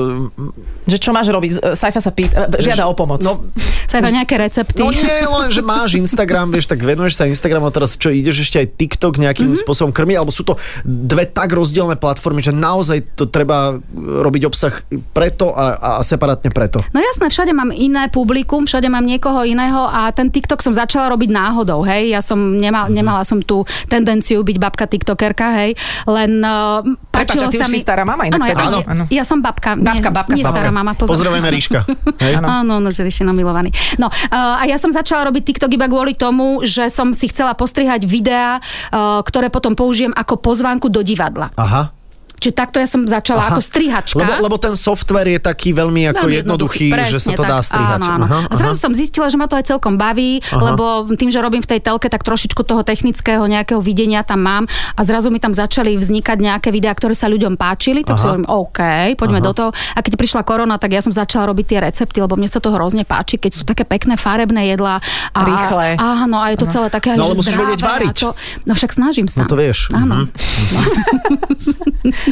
[SPEAKER 4] Že čo máš robiť? E, Saifa sa pýta, e, žiada o pomoc.
[SPEAKER 3] no,
[SPEAKER 2] Sa iba nejaké recepty.
[SPEAKER 3] no nie, len že máš Instagram, vieš, tak venuješ sa Instagramu a teraz čo, ideš ešte aj TikTok nejakým
[SPEAKER 2] Mhm.
[SPEAKER 3] mm-hmm. spôsobom krmi, alebo sú to dve tak rozdielne platformy, že naozaj to treba robiť obsah preto a, a separátne preto.
[SPEAKER 2] No jasné, všade mám iné publikum, všade mám niekoho iného a ten TikTok som začala robiť náhodou, hej. Ja som nemal,
[SPEAKER 4] Mhm.
[SPEAKER 2] nemala som tú tendenciu byť babka TikTokerka, hej. Len uh,
[SPEAKER 4] Prepáč,
[SPEAKER 2] páčilo
[SPEAKER 4] a ty
[SPEAKER 2] sa
[SPEAKER 4] už
[SPEAKER 2] mi...
[SPEAKER 4] si stará mama inak
[SPEAKER 2] Áno, ja,
[SPEAKER 4] teda.
[SPEAKER 2] áno.
[SPEAKER 4] Áno.
[SPEAKER 2] ja, som babka.
[SPEAKER 4] Babka, babka,
[SPEAKER 2] nie, nie stará
[SPEAKER 4] babka.
[SPEAKER 2] mama, pozor.
[SPEAKER 3] Pozdravujeme Ríška. Hej?
[SPEAKER 2] Áno, áno, no, že Ríšino milovaný. No uh, a ja som začala robiť TikTok iba kvôli tomu, že som eh, si chcela postrihať videá, uh, ktoré potom použijem ako pozvánku do divadla.
[SPEAKER 3] Aha.
[SPEAKER 2] Čiže takto ja som začala Aha. ako strihačka.
[SPEAKER 3] Lebo, lebo ten software je taký veľmi, ako
[SPEAKER 2] Veľmi
[SPEAKER 3] jednoduchý, že
[SPEAKER 2] presne
[SPEAKER 3] sa to
[SPEAKER 2] tak.
[SPEAKER 3] dá strihať.
[SPEAKER 2] Áno, áno.
[SPEAKER 3] Aha,
[SPEAKER 2] A zrazu
[SPEAKER 3] aha.
[SPEAKER 2] som zistila, že ma to aj celkom baví, aha. lebo tým, že robím v tej telke, tak trošičku toho technického nejakého videnia tam mám a zrazu mi tam začali vznikať nejaké videá, ktoré sa ľuďom páčili, tak
[SPEAKER 3] Aha.
[SPEAKER 2] si hovorím, OK, poďme aha. do toho. A keď prišla korona, tak ja som začala robiť tie recepty, lebo mne sa to hrozne páči, keď sú také pekné farebné jedlá. A,
[SPEAKER 4] Rýchle.
[SPEAKER 2] Áno, a je to celé také, aj,
[SPEAKER 3] No,
[SPEAKER 2] že
[SPEAKER 3] ale musíš
[SPEAKER 2] zdravé
[SPEAKER 3] vedieť variť.
[SPEAKER 2] A to, no však snažím sa.
[SPEAKER 3] No to vieš.
[SPEAKER 2] Áno.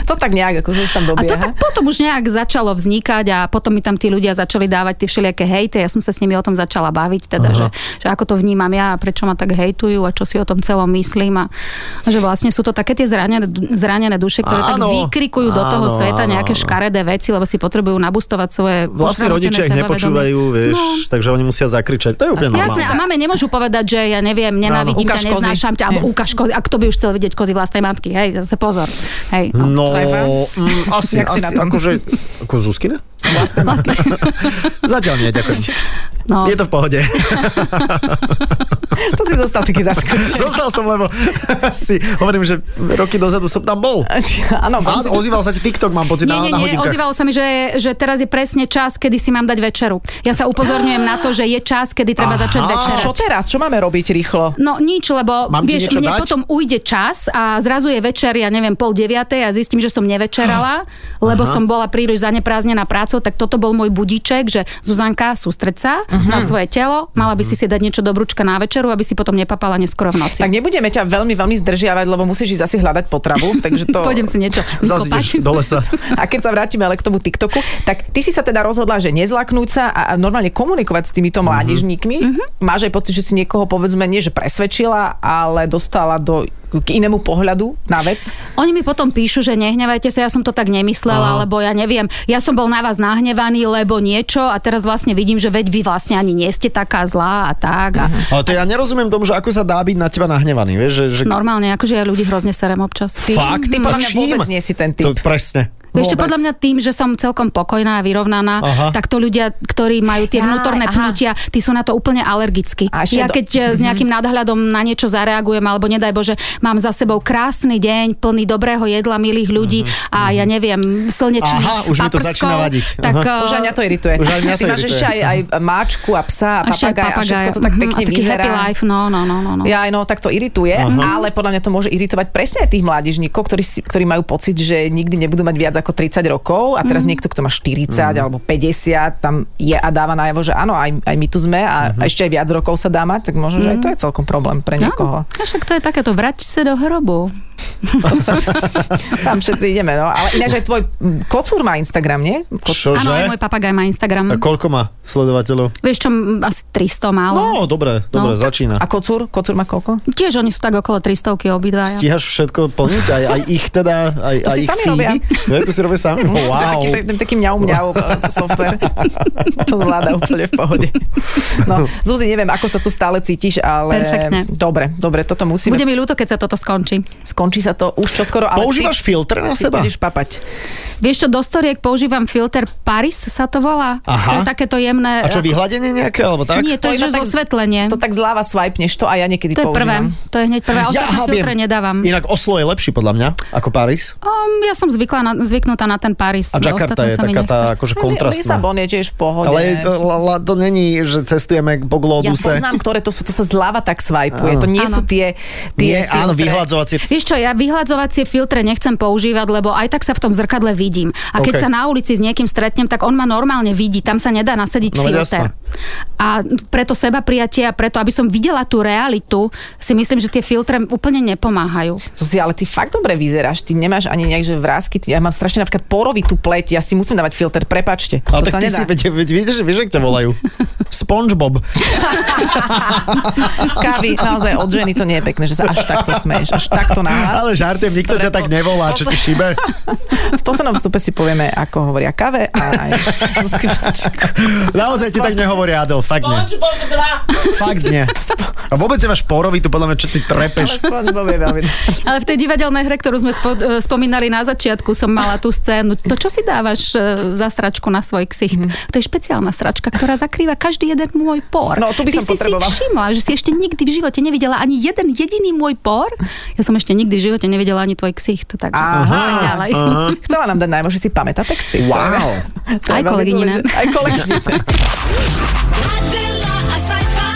[SPEAKER 4] To tak nejak, akože už tam
[SPEAKER 2] A to
[SPEAKER 4] dobieha.
[SPEAKER 2] tak potom už nejak začalo vznikať a potom mi tam tí ľudia začali dávať tie všelijaké hejty. Ja som sa s nimi o tom začala baviť, teda, že, že ako to vnímam ja a prečo ma tak hejtujú a čo si o tom celom myslím. A, a že vlastne sú to také tie zranené, zranené duše, ktoré áno, tak
[SPEAKER 3] Áno.
[SPEAKER 2] vykrikujú do toho
[SPEAKER 3] Áno,
[SPEAKER 2] sveta
[SPEAKER 3] áno,
[SPEAKER 2] nejaké
[SPEAKER 3] áno.
[SPEAKER 2] škaredé veci, lebo si potrebujú nabustovať svoje pošramotené
[SPEAKER 3] Vlastní Vlastne rodičia ich
[SPEAKER 2] sebavedomie.
[SPEAKER 3] nepočúvajú, vieš,
[SPEAKER 2] No.
[SPEAKER 3] takže oni musia zakričať. To je úplne
[SPEAKER 2] Jasne,
[SPEAKER 3] normálne.
[SPEAKER 2] a mame nemôžu povedať, že ja neviem, nenávidím
[SPEAKER 4] ukáž
[SPEAKER 2] ťa,
[SPEAKER 4] kozy.
[SPEAKER 2] neznášam ťa, alebo
[SPEAKER 4] Hej.
[SPEAKER 2] ukáž kozy, a kto by už chcel vidieť kozy vlastnej matky, hej, zase pozor. Hej, no.
[SPEAKER 3] No,
[SPEAKER 4] Saifa?
[SPEAKER 3] mm, asi,
[SPEAKER 4] Jak si
[SPEAKER 3] asi,
[SPEAKER 4] na tom?
[SPEAKER 3] akože, ako Zuzkina?
[SPEAKER 2] Vlastne,
[SPEAKER 3] Zatiaľ nie, ďakujem.
[SPEAKER 2] no.
[SPEAKER 3] Je to v pohode.
[SPEAKER 4] To si zostal taký zaskočený.
[SPEAKER 3] Zostal som, lebo si hovorím, že roky dozadu som tam bol.
[SPEAKER 4] Áno,
[SPEAKER 3] A
[SPEAKER 4] bol si-
[SPEAKER 3] ozýval sa ti TikTok, mám pocit,
[SPEAKER 2] Nie,
[SPEAKER 3] na,
[SPEAKER 2] nie,
[SPEAKER 3] na
[SPEAKER 2] nie,
[SPEAKER 3] hodinkách.
[SPEAKER 2] ozývalo sa mi, že, že teraz je presne čas, kedy si mám dať večeru. Ja sa upozorňujem na to, že je čas, kedy treba
[SPEAKER 3] Aha.
[SPEAKER 2] začať
[SPEAKER 4] A
[SPEAKER 2] večerať.
[SPEAKER 4] čo teraz? Čo máme robiť rýchlo?
[SPEAKER 2] No nič, lebo
[SPEAKER 3] Mám ti
[SPEAKER 2] vieš,
[SPEAKER 3] niečo
[SPEAKER 2] mne
[SPEAKER 3] dať?
[SPEAKER 2] potom ujde čas a zrazu je večer, ja neviem, pol deviatej a zistím, že som nevečerala, lebo
[SPEAKER 3] Aha.
[SPEAKER 2] som bola príliš zaneprázdnená prácou, tak toto bol môj budíček, že Zuzanka, sústreď sa
[SPEAKER 3] Mhm.
[SPEAKER 2] na svoje telo, mala by si si dať niečo do brúčka na večeru, aby si potom nepapala neskoro v noci.
[SPEAKER 4] Tak nebudeme ťa veľmi, veľmi zdržiavať, lebo musíš ísť asi hľadať potravu, takže to...
[SPEAKER 2] Pôjdem si niečo
[SPEAKER 3] Zase ideš
[SPEAKER 2] vykopať.
[SPEAKER 3] do lesa.
[SPEAKER 4] A keď sa vrátime ale k tomu TikToku, tak ty si sa teda rozhodla, že nezlaknúť sa a a normálne komunikovať s týmito mládežníkmi.
[SPEAKER 2] Mhm.
[SPEAKER 4] Máš aj pocit, že si niekoho povedzme nie, že presvedčila, ale dostala do, k inému pohľadu na vec?
[SPEAKER 2] Oni mi potom píšu, že nehnevajte sa, ja som to tak nemyslela,
[SPEAKER 3] Aha.
[SPEAKER 2] lebo ja neviem, ja som bol na vás nahnevaný, lebo niečo a teraz vlastne vidím, že veď vy vlastne ani nie ste taká zlá a tak. A
[SPEAKER 3] Ale to ja nerozumiem tomu, že ako sa dá byť na teba nahnevaný, vieš, že... že
[SPEAKER 2] Normálne, akože ja ľudí hrozne serem občas.
[SPEAKER 3] Fakt?
[SPEAKER 4] Ty podľa
[SPEAKER 3] A
[SPEAKER 4] mňa
[SPEAKER 3] čím?
[SPEAKER 4] vôbec nie si ten typ.
[SPEAKER 3] To, presne.
[SPEAKER 2] Vieš čo,
[SPEAKER 4] Vôbec.
[SPEAKER 2] podľa mňa tým, že som celkom pokojná a vyrovnaná,
[SPEAKER 3] Aha.
[SPEAKER 2] Aha. tak to ľudia, ktorí majú tie
[SPEAKER 4] Jaj,
[SPEAKER 2] vnútorné
[SPEAKER 4] aha.
[SPEAKER 2] pnutia, tí sú na to úplne alergickí.
[SPEAKER 4] A ešte
[SPEAKER 2] Ja
[SPEAKER 4] do-
[SPEAKER 2] keď e,
[SPEAKER 3] Mhm.
[SPEAKER 2] s nejakým nadhľadom na niečo zareagujem, alebo nedaj Bože, mám za sebou krásny deň, plný dobrého jedla, milých ľudí a ja neviem, slnečných
[SPEAKER 3] Mhm, Aha, už mi to
[SPEAKER 2] paprskov,
[SPEAKER 3] začína vadiť.
[SPEAKER 2] Tak, eh,
[SPEAKER 3] Aha.
[SPEAKER 4] Už aj mňa to irituje.
[SPEAKER 3] Už aj mňa
[SPEAKER 4] Ty
[SPEAKER 3] to
[SPEAKER 4] máš
[SPEAKER 3] irituje.
[SPEAKER 4] ešte aj, aj máčku a psa a
[SPEAKER 2] ešte aj
[SPEAKER 4] papagaj a
[SPEAKER 2] papagaj.
[SPEAKER 4] všetko to tak
[SPEAKER 2] Mhm,
[SPEAKER 4] pekne
[SPEAKER 2] a taký
[SPEAKER 4] vyzerá.
[SPEAKER 2] happy life, no, no, no, no. no.
[SPEAKER 4] Ja aj no, tak to irituje, Aha. ale podľa mňa to môže iritovať presne aj tých mládežníkov, ktorí, si, ktorí majú pocit, že nikdy nebudú mať viac ako 30 rokov a teraz
[SPEAKER 2] Mhm.
[SPEAKER 4] niekto, kto má 40
[SPEAKER 3] Mhm.
[SPEAKER 4] alebo 50, tam je a dáva najavo, že áno, aj, aj my tu sme a
[SPEAKER 3] Mhm.
[SPEAKER 4] ešte aj viac rokov sa dá mať, tak možno, že aj to je celkom problém pre niekoho.
[SPEAKER 2] Mhm. Áno, a však to je takéto, vrať sa do hrobu.
[SPEAKER 4] To sa, tam všetci ideme, no. Ale ináč aj tvoj m, kocúr má Instagram, nie? Kocúr.
[SPEAKER 2] Áno, aj
[SPEAKER 3] Čože?
[SPEAKER 2] môj papagaj má Instagram.
[SPEAKER 3] A koľko má sledovateľov?
[SPEAKER 2] Vieš čo, m, asi 300 málo.
[SPEAKER 3] No, dobre, dobre,
[SPEAKER 2] No.
[SPEAKER 3] začína.
[SPEAKER 4] A kocúr? Kocúr má koľko?
[SPEAKER 2] Tiež oni sú tak okolo 300 obidvaja.
[SPEAKER 3] Stíhaš všetko plniť? Aj, aj ich teda, aj,
[SPEAKER 4] To
[SPEAKER 3] aj
[SPEAKER 4] si
[SPEAKER 3] ich
[SPEAKER 4] sami
[SPEAKER 3] feedy? No, to si robia sami?
[SPEAKER 4] To je
[SPEAKER 3] Wow.
[SPEAKER 4] taký, ten, taký mňau mňau e, software. to zvláda úplne v pohode. No, Zuzi, neviem, ako sa tu stále cítiš, ale...
[SPEAKER 2] Perfektne.
[SPEAKER 4] Dobre, dobre, toto musíme...
[SPEAKER 2] Bude mi ľúto, keď sa toto skončí.
[SPEAKER 4] Skončí sa to už čoskoro, ale ty,
[SPEAKER 3] Používaš filtre na
[SPEAKER 4] ty
[SPEAKER 3] seba?
[SPEAKER 4] budeš papať.
[SPEAKER 2] Vieš čo, do storiek používam filter Paris, sa to volá.
[SPEAKER 3] Aha.
[SPEAKER 2] To je takéto jemné...
[SPEAKER 3] A čo, vyhľadenie nejaké, alebo tak?
[SPEAKER 2] Nie, to,
[SPEAKER 4] To
[SPEAKER 2] je
[SPEAKER 4] iba
[SPEAKER 2] že
[SPEAKER 4] tak-
[SPEAKER 2] zosvetlenie.
[SPEAKER 4] To tak zľava swipeneš to a ja niekedy
[SPEAKER 2] To je prvé.
[SPEAKER 4] používam.
[SPEAKER 2] To je hneď prvé. A ostatné
[SPEAKER 3] aha,
[SPEAKER 2] filtre
[SPEAKER 3] viem.
[SPEAKER 2] nedávam.
[SPEAKER 3] Inak Oslo je lepší podľa mňa, ako Paris.
[SPEAKER 2] Um, ja som zvykla na, zvyknutá na ten Paris. No,
[SPEAKER 3] A Jakarta
[SPEAKER 2] ostatné
[SPEAKER 3] je
[SPEAKER 2] sa mi
[SPEAKER 3] taká tá
[SPEAKER 2] nechce.
[SPEAKER 3] akože kontrastná.
[SPEAKER 4] Lisabon je tiež v pohode.
[SPEAKER 3] Ale je to, la- la- to není, že cestujeme
[SPEAKER 4] ja
[SPEAKER 3] po globuse.
[SPEAKER 4] poznám, ktoré to sú, to sa zľava tak swipuje. To nie
[SPEAKER 2] Áno.
[SPEAKER 4] sú tie, tie
[SPEAKER 3] Nie, áno,
[SPEAKER 4] filtre.
[SPEAKER 3] vyhľadzovacie.
[SPEAKER 2] Vieš čo, ja vyhľadzovacie filtre nechcem používať, lebo aj tak sa v tom zrkadle vidím. A keď
[SPEAKER 3] OK.
[SPEAKER 2] okay. sa na ulici s niekým stretnem, tak on ma normálne vidí, tam sa nedá nasadiť no,
[SPEAKER 3] No, veď
[SPEAKER 2] filter. A preto seba prijatie a preto, aby som videla tú realitu, si myslím, že tie filtre úplne nepomáhajú.
[SPEAKER 4] Susi, ale ty fakt dobre vyzeráš, ty nemáš ani nejak, že vrázky, ty, ja mám strašne napríklad porovitú pleť, ja si musím dávať filter, prepačte, to
[SPEAKER 3] Ale No, tak
[SPEAKER 4] sa
[SPEAKER 3] ty
[SPEAKER 4] nedá.
[SPEAKER 3] si, veď, veď, vieš, vieš, ak ťa volajú. Spongebob.
[SPEAKER 4] Kávy, naozaj od ženy to nie je pekné, že sa až takto smeješ, až takto na hlas.
[SPEAKER 3] Ale žartem, nikto
[SPEAKER 4] Dobre,
[SPEAKER 3] ťa tak
[SPEAKER 4] po-
[SPEAKER 3] nevolá, čo ti
[SPEAKER 4] posle-
[SPEAKER 3] šíbe.
[SPEAKER 4] V poslednom vstupe si povieme, ako hovoria kave a aj rozkývačku.
[SPEAKER 3] Naozaj ti tak nehovorí Adel, fakt nie. Fakt nie. A vôbec nemáš porovitu, podľa mňa, čo ty
[SPEAKER 4] Ale
[SPEAKER 3] trepeš.
[SPEAKER 4] SpongeBob je veľmi dobrý.
[SPEAKER 2] Ale v tej divadelnej hre, ktorú sme spo, e, spomínali na začiatku, som mala tú scénu. To, čo si dávaš e, za stračku na svoj ksicht? To je špeciálna stračka, ktorá zakrýva každý jeden môj por.
[SPEAKER 4] Mhm. No, tu by
[SPEAKER 2] Ty
[SPEAKER 4] som
[SPEAKER 2] si si
[SPEAKER 4] potrebovala.
[SPEAKER 2] všimla, že si ešte nikdy v živote nevidela ani jeden jediný môj por. Ja som ešte nikdy v živote nevidela ani tvoj ksicht. Tak,
[SPEAKER 4] Aha.
[SPEAKER 2] tak ďalej.
[SPEAKER 3] Aha.
[SPEAKER 4] Chcela nám dať najmä, že si pamätá texty. To je-
[SPEAKER 3] Wow.
[SPEAKER 4] to je
[SPEAKER 2] Aj
[SPEAKER 4] veľmi
[SPEAKER 2] kolegyni nám.
[SPEAKER 4] dôležité. Aj kolegyne.
[SPEAKER 1] Adela, a saifa.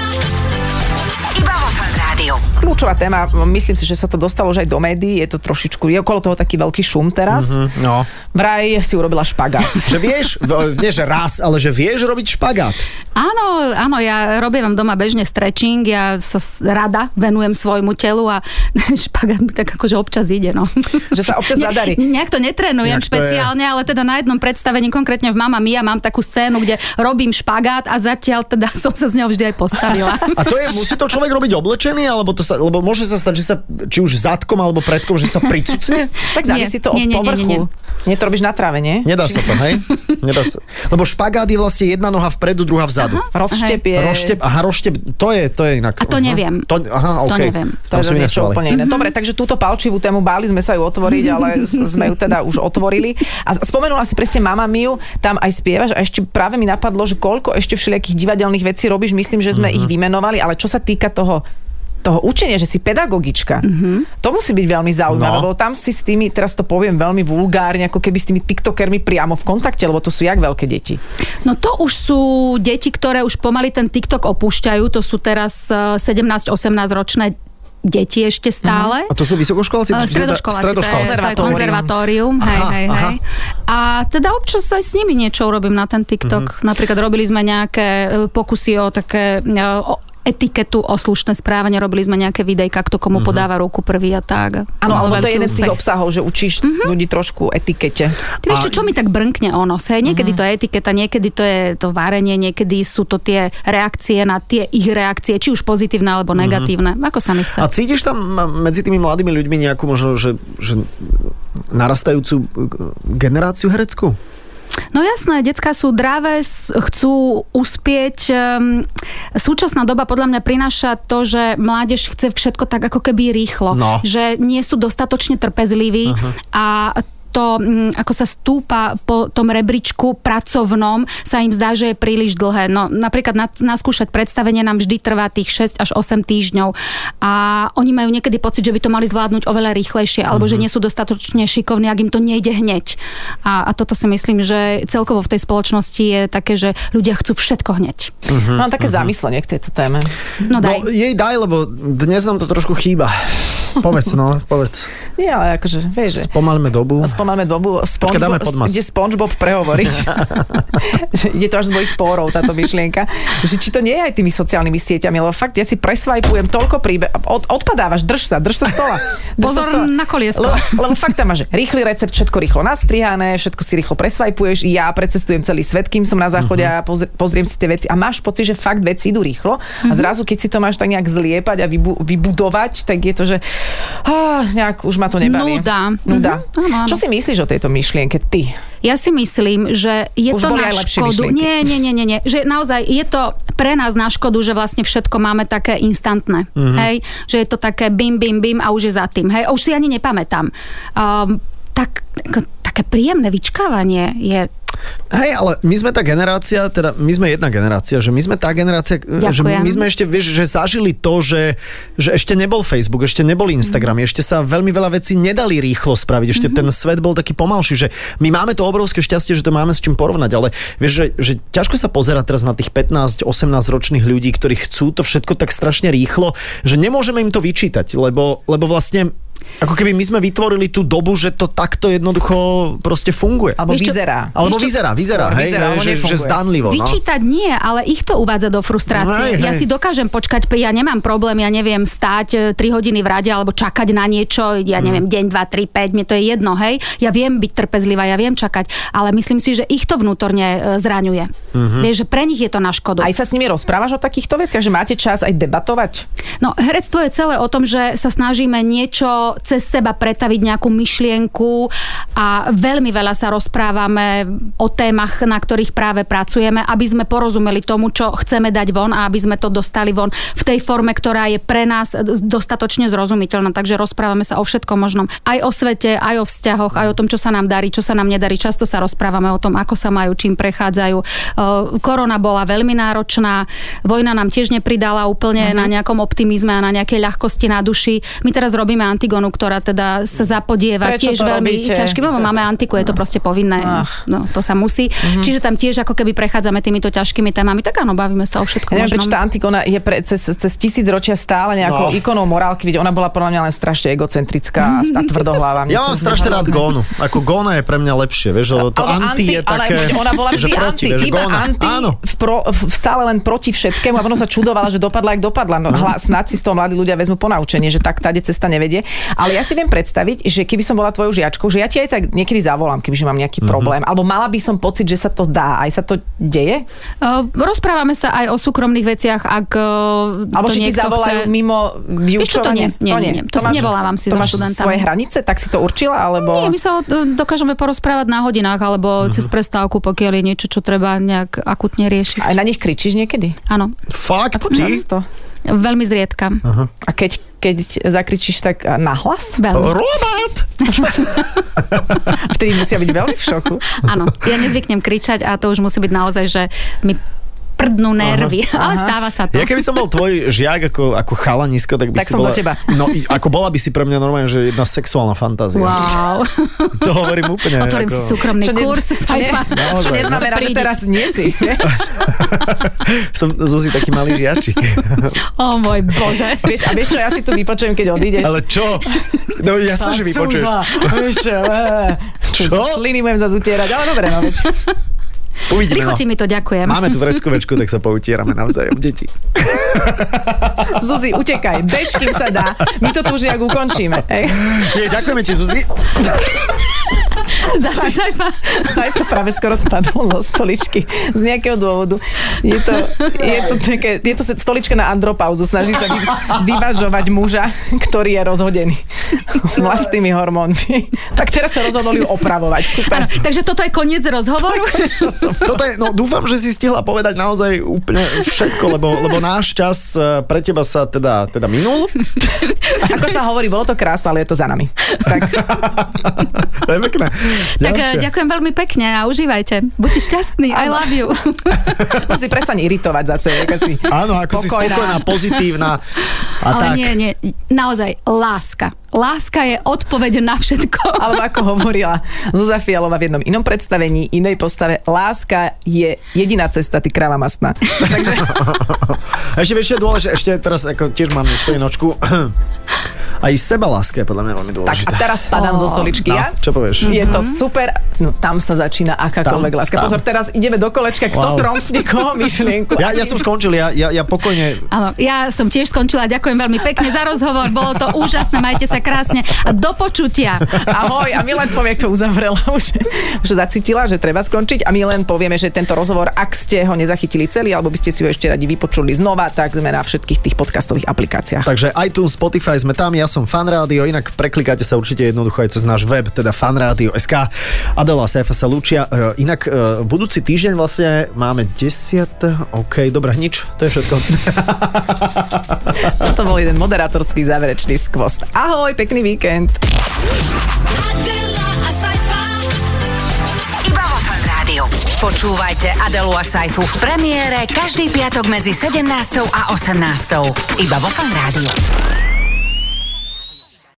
[SPEAKER 1] Iba vo fan rádiu.
[SPEAKER 4] Kľúčová téma, myslím si, že sa to dostalo už aj do médií, je to trošičku, je okolo toho taký veľký šum teraz.
[SPEAKER 3] Hm, No.
[SPEAKER 4] Vraj si urobila špagát.
[SPEAKER 3] Že vieš, v- nie že raz, ale že vieš robiť špagát.
[SPEAKER 2] Áno, áno, ja robím vám doma bežne stretching, ja sa s- rada venujem svojmu telu a špagát mi tak akože občas ide, no.
[SPEAKER 4] Že sa občas zadarí.
[SPEAKER 2] Ne, nejak to netrenujem
[SPEAKER 3] Nejak to je.
[SPEAKER 2] špeciálne, ale teda na jednom predstavení, konkrétne v Mama Mia, mám takú scénu, kde robím špagát a zatiaľ teda som sa z ňou vždy aj postavila.
[SPEAKER 3] A to je, musí to človek robiť oblečený, alebo to sa, lebo môže sa stať, že sa, či už zadkom alebo predkom, že sa pricucne?
[SPEAKER 4] Tak
[SPEAKER 2] Nie,
[SPEAKER 4] závisí to od
[SPEAKER 2] nie, nie, nie,
[SPEAKER 4] povrchu.
[SPEAKER 2] nie,
[SPEAKER 4] nie to robíš na tráve, nie?
[SPEAKER 3] Nedá sa to, hej? Nedá sa. Lebo špagát je vlastne jedna noha vpredu, druhá vzadu. Aha.
[SPEAKER 4] Rozštep je...
[SPEAKER 3] Roštep, aha, roštep, to je, to je inak.
[SPEAKER 2] A to
[SPEAKER 3] aha.
[SPEAKER 2] neviem.
[SPEAKER 3] To, aha,
[SPEAKER 2] To
[SPEAKER 3] okay.
[SPEAKER 2] neviem.
[SPEAKER 4] To je zase
[SPEAKER 3] som
[SPEAKER 4] niečo
[SPEAKER 3] inesovali.
[SPEAKER 4] úplne iné. Dobre, takže túto palčivú tému báli sme sa ju otvoriť, ale s- sme ju teda už otvorili. A spomenula si presne Mama Miu, tam aj spievaš a ešte práve mi napadlo, že koľko ešte všelijakých divadelných vecí robíš, myslím, že sme ich vymenovali, ale čo sa týka toho toho učenia, že si pedagogička. To musí byť veľmi zaujímavé,
[SPEAKER 3] No.
[SPEAKER 4] lebo tam si s tými, teraz to poviem veľmi vulgárne, ako keby s tými tiktokermi priamo v kontakte, lebo to sú jak veľké deti.
[SPEAKER 2] No to už sú deti, ktoré už pomaly ten TikTok opúšťajú, to sú teraz 17-18 ročné deti ešte stále.
[SPEAKER 3] A to sú vysokoškoláci?
[SPEAKER 2] Ale Stredoškoláci, to
[SPEAKER 3] Stredoškoláci.
[SPEAKER 2] je, to je
[SPEAKER 4] Konzervatórium.
[SPEAKER 2] konzervatórium, hej,
[SPEAKER 3] Aha,
[SPEAKER 2] hej, hej. A teda občas aj s nimi niečo urobím na ten TikTok. Mm-hmm. Napríklad robili sme nejaké e, pokusy o také e, o etiketu, o slušné správanie, robili sme nejaké videjka, kto komu podáva ruku prvý a tak.
[SPEAKER 4] Áno,
[SPEAKER 2] Mal
[SPEAKER 4] alebo
[SPEAKER 2] veľký
[SPEAKER 4] to je jeden z tých
[SPEAKER 2] úspech.
[SPEAKER 4] obsahov, že učíš ľudí trošku etikete.
[SPEAKER 2] Ty vieš, čo, čo mi tak brnkne o nos, hej?
[SPEAKER 4] Mhm.
[SPEAKER 2] Niekedy to je etiketa, niekedy to je to varenie, niekedy sú to tie reakcie na tie ich reakcie, či už pozitívne alebo negatívne. Ako sa mi
[SPEAKER 3] A
[SPEAKER 2] chce.
[SPEAKER 3] cítiš tam medzi tými mladými ľuďmi nejakú možno, že, že narastajúcu eh, generáciu hereckú?
[SPEAKER 2] No jasné, decka sú dravé, s- chcú uspieť. Ehm, Súčasná doba podľa mňa prináša to, že mládež chce všetko tak ako keby rýchlo.
[SPEAKER 3] No.
[SPEAKER 2] Že nie sú dostatočne trpezliví a to, mm, ako sa stúpa po tom rebríčku pracovnom, sa im zdá, že je príliš dlhé. No, napríklad na, naskúšať predstavenie nám vždy trvá tých 6 až 8 týždňov a oni majú niekedy pocit, že by to mali zvládnuť oveľa rýchlejšie, alebo že nie sú dostatočne šikovní, ak im to nejde hneď. A, a toto si myslím, že celkovo v tej spoločnosti je také, že ľudia chcú všetko hneď.
[SPEAKER 4] Mám také zamyslenie k tejto téme.
[SPEAKER 2] No daj.
[SPEAKER 3] No, jej daj, lebo dnes nám to trošku chýba. Povedz, no, povedz.
[SPEAKER 4] Nie, ale akože, vieš, že...
[SPEAKER 3] Spomalme dobu.
[SPEAKER 4] Spomáme dobu,
[SPEAKER 3] dáme
[SPEAKER 4] SpongeBob,
[SPEAKER 3] podmas.
[SPEAKER 4] kde SpongeBob prehovoriť. Že Ide to až z mojich pórov, táto myšlienka. Že či to nie je aj tými sociálnymi sieťami, lebo fakt ja si presvajpujem toľko príbe... Od, odpadávaš, drž sa, drž sa stola. Drž
[SPEAKER 2] Pozor
[SPEAKER 4] sa stola.
[SPEAKER 2] na koliesko.
[SPEAKER 4] Lebo, lebo fakt tam máš rýchly recept, všetko rýchlo nastrihané, všetko si rýchlo presvajpuješ. Ja precestujem celý svet, kým som na záchode
[SPEAKER 2] Mhm.
[SPEAKER 4] a pozr- pozriem si tie veci. A máš pocit, že fakt veci idú rýchlo.
[SPEAKER 2] Mhm.
[SPEAKER 4] A zrazu, keď si to máš tak nejak zliepať a vybu- vybudovať, tak je to, že ah, nejak už ma to nebaví.
[SPEAKER 2] Nuda.
[SPEAKER 4] Nuda.
[SPEAKER 2] Mhm, áno, áno.
[SPEAKER 4] Čo si myslíš o tejto myšlienke ty?
[SPEAKER 2] Ja si myslím, že je
[SPEAKER 4] Už
[SPEAKER 2] to
[SPEAKER 4] boli
[SPEAKER 2] na
[SPEAKER 4] aj lepšie
[SPEAKER 2] škodu.
[SPEAKER 4] myšlienky.
[SPEAKER 2] Nie, nie, nie, nie, nie. Že naozaj je to pre nás na škodu, že vlastne všetko máme také instantné. Mm-hmm. Hej? Že je to také bim, bim, bim a už je za tým. Hej? A Už si ani nepamätám. Um, tak, tak- také príjemné vyčkávanie je
[SPEAKER 3] Hej, ale my sme tá generácia, teda my sme jedna generácia, že my sme tá generácia, Ďakujem. že my
[SPEAKER 2] Ďakujem.
[SPEAKER 3] my sme ešte, vieš, že zažili to, že, že ešte nebol Facebook, ešte nebol Instagram, mm. ešte sa veľmi veľa vecí nedali rýchlo spraviť, ešte mm-hmm. ten svet bol taký pomalší, že my máme to obrovské šťastie, že to máme s čím porovnať, ale vieš, že, že ťažko sa pozerať teraz na tých 15-18 ročných ľudí, ktorí chcú to všetko tak strašne rýchlo, že nemôžeme im to vyčítať, lebo, lebo vlastne ako keby my sme vytvorili tú dobu, že to takto jednoducho proste funguje.
[SPEAKER 4] Alebo
[SPEAKER 2] Vieš čo-
[SPEAKER 4] vyzerá.
[SPEAKER 3] Alebo
[SPEAKER 2] Ešte-
[SPEAKER 3] vyzerá, vyzerá,
[SPEAKER 4] Skôr
[SPEAKER 3] hej,
[SPEAKER 4] vyzerá,
[SPEAKER 3] hej,
[SPEAKER 4] ono
[SPEAKER 3] že, že
[SPEAKER 4] nefunguje.
[SPEAKER 3] zdanlivo. No.
[SPEAKER 2] Vyčítať nie, ale ich to uvádza do frustrácie.
[SPEAKER 3] Hej,
[SPEAKER 2] ja
[SPEAKER 3] hej.
[SPEAKER 2] si dokážem počkať, ja nemám problém, ja neviem stáť 3 hodiny v rade alebo čakať na niečo, ja
[SPEAKER 3] Mhm.
[SPEAKER 2] neviem, deň, 2, 3, 5, mne to je jedno, hej. Ja viem byť trpezlivá, ja viem čakať, ale myslím si, že ich to vnútorne e, zraňuje.
[SPEAKER 3] Mhm.
[SPEAKER 2] Vieš, že pre nich je to na škodu.
[SPEAKER 4] Aj sa s nimi rozprávaš o takýchto veciach, že máte čas aj debatovať?
[SPEAKER 2] No, herectvo je celé o tom, že sa snažíme niečo podarilo cez seba pretaviť nejakú myšlienku a veľmi veľa sa rozprávame o témach, na ktorých práve pracujeme, aby sme porozumeli tomu, čo chceme dať von a aby sme to dostali von v tej forme, ktorá je pre nás dostatočne zrozumiteľná. Takže rozprávame sa o všetkom možnom. Aj o svete, aj o vzťahoch, aj o tom, čo sa nám darí, čo sa nám nedarí. Často sa rozprávame o tom, ako sa majú, čím prechádzajú. E, Korona bola veľmi náročná, vojna nám tiež nepridala
[SPEAKER 4] Mhm.
[SPEAKER 2] úplne uh-huh. na nejakom optimizme a na nejakej ľahkosti na duši. My teraz robíme Antigonu, ktorá teda sa zapodieva
[SPEAKER 4] Prečo
[SPEAKER 2] tiež
[SPEAKER 4] to
[SPEAKER 2] veľmi
[SPEAKER 4] robíte?
[SPEAKER 2] ťažkým, lebo máme Antiku, je to proste povinné.
[SPEAKER 4] Ach. Mhm.
[SPEAKER 2] No, to sa musí. Uh-huh. Čiže tam tiež ako keby prechádzame týmito ťažkými témami. Tak áno, bavíme sa o všetkom.
[SPEAKER 4] Neviem, prečo
[SPEAKER 2] možnom.
[SPEAKER 4] tá Antigona je pre, cez, cez tisíc ročia stále nejakou
[SPEAKER 3] No.
[SPEAKER 4] no. ikonou morálky, veď ona bola podľa mňa len strašne egocentrická a a tvrdohlava. Mne
[SPEAKER 3] Ja
[SPEAKER 4] to
[SPEAKER 3] mám
[SPEAKER 4] znie
[SPEAKER 3] strašne rád
[SPEAKER 4] hrozné.
[SPEAKER 3] Gónu. Ako Góna je pre mňa lepšie, vieš, lebo to
[SPEAKER 4] Ale
[SPEAKER 3] anti, je
[SPEAKER 4] ona,
[SPEAKER 3] také,
[SPEAKER 4] ona bola
[SPEAKER 3] že
[SPEAKER 4] vždy anti,
[SPEAKER 3] proti, vieš,
[SPEAKER 4] iba
[SPEAKER 3] Góna.
[SPEAKER 4] anti,
[SPEAKER 3] Áno.
[SPEAKER 4] v pro, v, stále len proti všetkému a potom sa čudovala, že dopadla, jak dopadla. No, hla, snad si z toho mladí ľudia vezmu ponaučenie, že tak tade cesta nevedie. Ale ja si viem predstaviť, že keby som bola tvojou žiačkou, že ja ti aj tak niekedy zavolám, kebyže mám
[SPEAKER 3] Mhm.
[SPEAKER 4] nejaký problém, alebo mala by som pocit, že sa to dá, aj sa to deje,
[SPEAKER 2] Uh, rozprávame sa aj o súkromných veciach, ak uh,
[SPEAKER 4] Alebo
[SPEAKER 2] to
[SPEAKER 4] že ti
[SPEAKER 2] niekto
[SPEAKER 4] zavolajú
[SPEAKER 2] chce...
[SPEAKER 4] mimo
[SPEAKER 2] Vieš čo, to nie,
[SPEAKER 4] vyučovania?
[SPEAKER 2] nie, nie, nie. To si
[SPEAKER 4] máš-
[SPEAKER 2] nevolávam si
[SPEAKER 4] to
[SPEAKER 2] so
[SPEAKER 4] máš
[SPEAKER 2] študentami.
[SPEAKER 4] svoje hranice, tak si to určila, alebo...
[SPEAKER 2] Nie, my sa o, eh, dokážeme porozprávať na hodinách alebo
[SPEAKER 3] Mhm.
[SPEAKER 2] cez prestávku, pokiaľ je niečo, čo treba nejak akutne riešiť.
[SPEAKER 4] Aj na nich kričíš niekedy?
[SPEAKER 2] Áno,
[SPEAKER 3] Fakt,
[SPEAKER 4] Ako
[SPEAKER 3] ty?
[SPEAKER 4] často?
[SPEAKER 2] veľmi zriedka.
[SPEAKER 4] A keď, keď zakričíš tak a, nahlas?
[SPEAKER 2] Veľmi.
[SPEAKER 3] Robert!
[SPEAKER 4] Vtedy musia byť veľmi v šoku.
[SPEAKER 2] Áno, ja nezvyknem kričať a to už musí byť naozaj, že mi prdnú nervy, ale stáva sa to.
[SPEAKER 3] Ja keby som bol tvoj žiak ako, ako chalanisko, tak by
[SPEAKER 4] Tak
[SPEAKER 3] si
[SPEAKER 4] som
[SPEAKER 3] bola...
[SPEAKER 4] za teba.
[SPEAKER 3] No, i- ako bola by si pre mňa normálne, že jedna sexuálna fantázia.
[SPEAKER 2] Wow.
[SPEAKER 3] To hovorím úplne.
[SPEAKER 2] Otvorím si
[SPEAKER 3] ako...
[SPEAKER 2] súkromný
[SPEAKER 4] Čo nez-
[SPEAKER 2] kurz.
[SPEAKER 4] čo ne-
[SPEAKER 2] sci-fi.
[SPEAKER 3] Naozaj,
[SPEAKER 4] Čo
[SPEAKER 3] no.
[SPEAKER 4] neznamená, že
[SPEAKER 2] Príde.
[SPEAKER 4] teraz nie si. vieš?
[SPEAKER 3] Som Zuzi taký malý žiačik.
[SPEAKER 2] O môj bože.
[SPEAKER 4] Vieš, a vieš čo, ja si tu vypočujem, keď odídeš.
[SPEAKER 3] Ale čo? No ja sa, že vypočujem.
[SPEAKER 4] Súza, vieš, eh,
[SPEAKER 3] Čo?
[SPEAKER 4] Sliny budem zase utierať, ale dobre, no veď.
[SPEAKER 3] Uvidíme. no.
[SPEAKER 2] Lichotí mi to, ďakujem.
[SPEAKER 3] Máme tu vreckovečku, tak sa poutierame navzájom, deti.
[SPEAKER 4] Zuzi, utekaj, bež, kým sa dá. My to tu už nejak ukončíme. Hej.
[SPEAKER 3] Nie, ďakujeme ti, Zuzi.
[SPEAKER 2] Zase sci-fi.
[SPEAKER 4] Sajfa práve skoro spadol zo stoličky z nejakého dôvodu. Je to, je to, také, je to stolička na andropauzu. Snaží sa vy, vyvažovať muža, ktorý je rozhodený vlastnými hormónmi. Tak teraz sa rozhodol ju opravovať. Super.
[SPEAKER 2] Áno, takže toto je koniec rozhovoru.
[SPEAKER 3] Toto je, no dúfam, že si stihla povedať naozaj úplne všetko, lebo, lebo náš čas eh, pre teba sa teda, teda minul.
[SPEAKER 4] Ako sa hovorí, bolo to krásne, ale je to za nami. Tak,
[SPEAKER 3] To je pekné.
[SPEAKER 2] tak eh,
[SPEAKER 3] Ďalšie.
[SPEAKER 2] ďakujem veľmi pekne a užívajte. Buďte šťastní. I love you.
[SPEAKER 4] to si prestaň iritovať zase. Ako si
[SPEAKER 3] Áno, ako si spokojná, pozitívna a
[SPEAKER 2] Ale
[SPEAKER 3] tak.
[SPEAKER 2] nie, no. nie. Naozaj, láska. Láska je odpoveď na všetko.
[SPEAKER 4] Alebo ako hovorila Zuzá Fialová v jednom inom predstavení, inej postave, láska je jediná cesta, ty kráva mastná. Takže
[SPEAKER 3] Ešte vieš, čo je dôležité, ešte teraz ako tiež mám myšlienočku. Aj sebaláska je podľa mňa veľmi
[SPEAKER 4] tak, a
[SPEAKER 3] dôležitá.
[SPEAKER 4] teraz spadám zo stoličky
[SPEAKER 3] No,
[SPEAKER 4] ja.
[SPEAKER 3] čo povieš?
[SPEAKER 4] Je to super. No tam sa začína akákoľvek
[SPEAKER 3] Tam,
[SPEAKER 4] láska.
[SPEAKER 3] tam.
[SPEAKER 4] Pozor, teraz ideme do kolečka. Kto
[SPEAKER 3] Wow.
[SPEAKER 4] tromfne koho myšlienku?
[SPEAKER 3] Ja, ja som skončil, ja, ja, ja pokojne
[SPEAKER 2] Áno, ja som tiež skončila. Ďakujem veľmi pekne za rozhovor. Bolo to úžasné. Majte sa krásne a do počutia.
[SPEAKER 4] Ahoj, a my len povie, to uzavrela už, už zacítila, že treba skončiť a my len povieme, že tento rozhovor, ak ste ho nezachytili celý, alebo by ste si ho ešte radi vypočuli znova, tak sme na všetkých tých podcastových aplikáciách.
[SPEAKER 3] Takže iTunes, Spotify sme tam, ja som Fan Rádio, inak preklikáte sa určite jednoducho aj cez náš web, teda fanradio.sk. Adela Sefa sa lúčia. E, Inak e, budúci týždeň vlastne máme 10. OK, dobré, nič, to je všetko.
[SPEAKER 4] Toto bol jeden moderátorský záverečný skvost. Ahoj, pekný víkend.
[SPEAKER 1] Adela a Saifa. Iba vo Fan Rádiu. Počúvajte Adelu a Saifu v premiére každý piatok medzi 17. a 18. Iba vo Fan Rádiu.